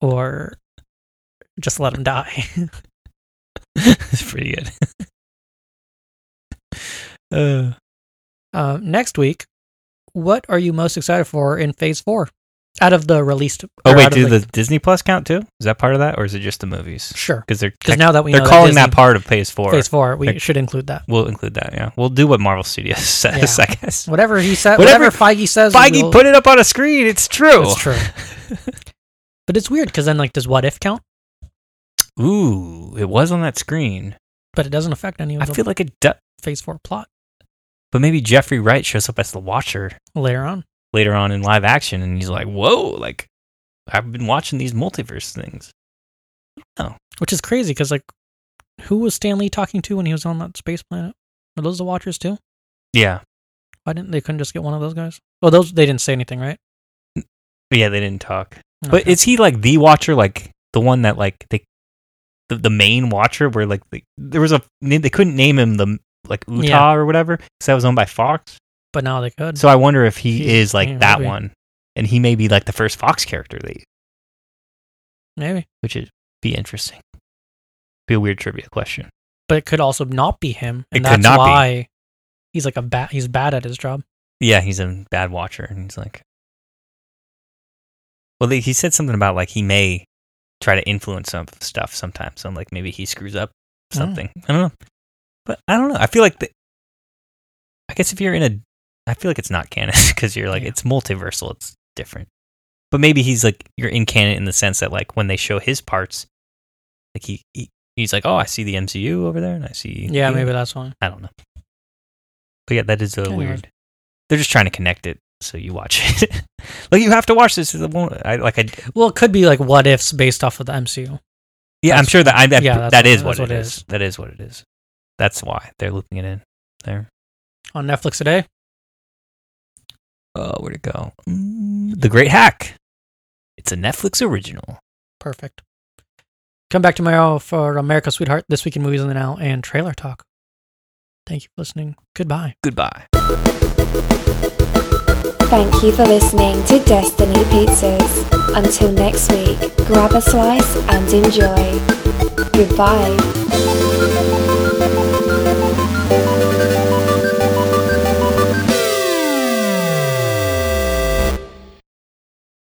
Speaker 2: or just let him die?
Speaker 3: it's pretty good. uh,
Speaker 2: um, next week, what are you most excited for in phase four? Out of the released.
Speaker 3: oh
Speaker 2: or
Speaker 3: wait,
Speaker 2: out of
Speaker 3: do the Disney Plus count too? Is that part of that, or is it just the movies?
Speaker 2: Sure.
Speaker 3: Because they're
Speaker 2: Because
Speaker 3: tec-
Speaker 2: now that we
Speaker 3: they're
Speaker 2: know
Speaker 3: calling that,
Speaker 2: Disney-
Speaker 3: part of Phase Four.
Speaker 2: phase four, we
Speaker 3: They're-
Speaker 2: should include that.
Speaker 3: We'll include that. Yeah, we'll do what Marvel Studios says. I guess.
Speaker 2: Whatever he said,
Speaker 3: Whatever
Speaker 2: whatever, Feige says,
Speaker 3: Feige
Speaker 2: we'll-
Speaker 3: put Oh. it up on a screen. It's true.
Speaker 2: That's true. but it's weird because then, like, does what if count?
Speaker 3: Ooh, it was on that screen.
Speaker 2: But it doesn't affect any of
Speaker 3: I
Speaker 2: the
Speaker 3: feel like it. Du-
Speaker 2: Phase Four plot
Speaker 3: but maybe Jeffrey Wright shows up as the Watcher
Speaker 2: later on.
Speaker 3: later on in live action, and he's like, "Whoa!" Like, I've been watching these multiverse things.
Speaker 2: Which is crazy because, like, who was Stan Lee talking to when he was on that space planet? Were those the Watchers too?
Speaker 3: Yeah,
Speaker 2: Why didn't they couldn't just get one of those guys? Well, those they didn't say anything, right?
Speaker 3: yeah, they didn't talk. But
Speaker 2: Okay.
Speaker 3: is he like the Watcher, like the one that like they, the, the main Watcher, where like the, there was a they couldn't name him the like Utah
Speaker 2: Yeah.
Speaker 3: or whatever because that was owned by Fox.
Speaker 2: but now they could.
Speaker 3: So I wonder if he,
Speaker 2: He-
Speaker 3: is like
Speaker 2: yeah,
Speaker 3: that
Speaker 2: maybe.
Speaker 3: one, and he may be like the first Fox character they,
Speaker 2: Maybe,
Speaker 3: which would be interesting. Be a weird trivia question.
Speaker 2: but it could also not be him, and
Speaker 3: It
Speaker 2: that's
Speaker 3: could not be.
Speaker 2: why he's like a bat. He's bad at his job.
Speaker 3: Yeah, he's a bad watcher, and he's like, well, they, he said something about like he may try to influence some stuff sometimes. So I'm like, maybe he screws up
Speaker 2: Oh.
Speaker 3: something. I don't know, but I don't know. I feel like the, I guess if you're in a, I feel like it's not canon because you're like
Speaker 2: Yeah.
Speaker 3: it's multiversal, it's different. But maybe he's like you're in canon in the sense that like when they show his parts, like he, he he's like, oh, I see the MCU over there, and I see
Speaker 2: Yeah,
Speaker 3: you."
Speaker 2: maybe that's why.
Speaker 3: I don't know. But yeah, that is a
Speaker 2: Anyways.
Speaker 3: weird. They're just trying to connect it so you watch it. like you have to watch this. It won't- I, like I,
Speaker 2: Well, it could be like what ifs based off of the MCU.
Speaker 3: yeah, I'm
Speaker 2: That's-
Speaker 3: sure that I, that,
Speaker 2: yeah,
Speaker 3: that
Speaker 2: that's what- that's
Speaker 3: is what,
Speaker 2: what
Speaker 3: it
Speaker 2: it
Speaker 3: is.
Speaker 2: is.
Speaker 3: That is what it is. That's why they're looping it in there.
Speaker 2: on Netflix today.
Speaker 3: Oh, where'd it go? Mm, the Great Hack. It's a Netflix original.
Speaker 2: Perfect. Come back tomorrow for America Sweetheart, This Week in Movies on the Now, and Trailer Talk. Thank you for listening. Goodbye.
Speaker 3: Goodbye.
Speaker 1: Thank you for listening to Destiny Pizzas. Until next week, grab a slice and enjoy. Goodbye.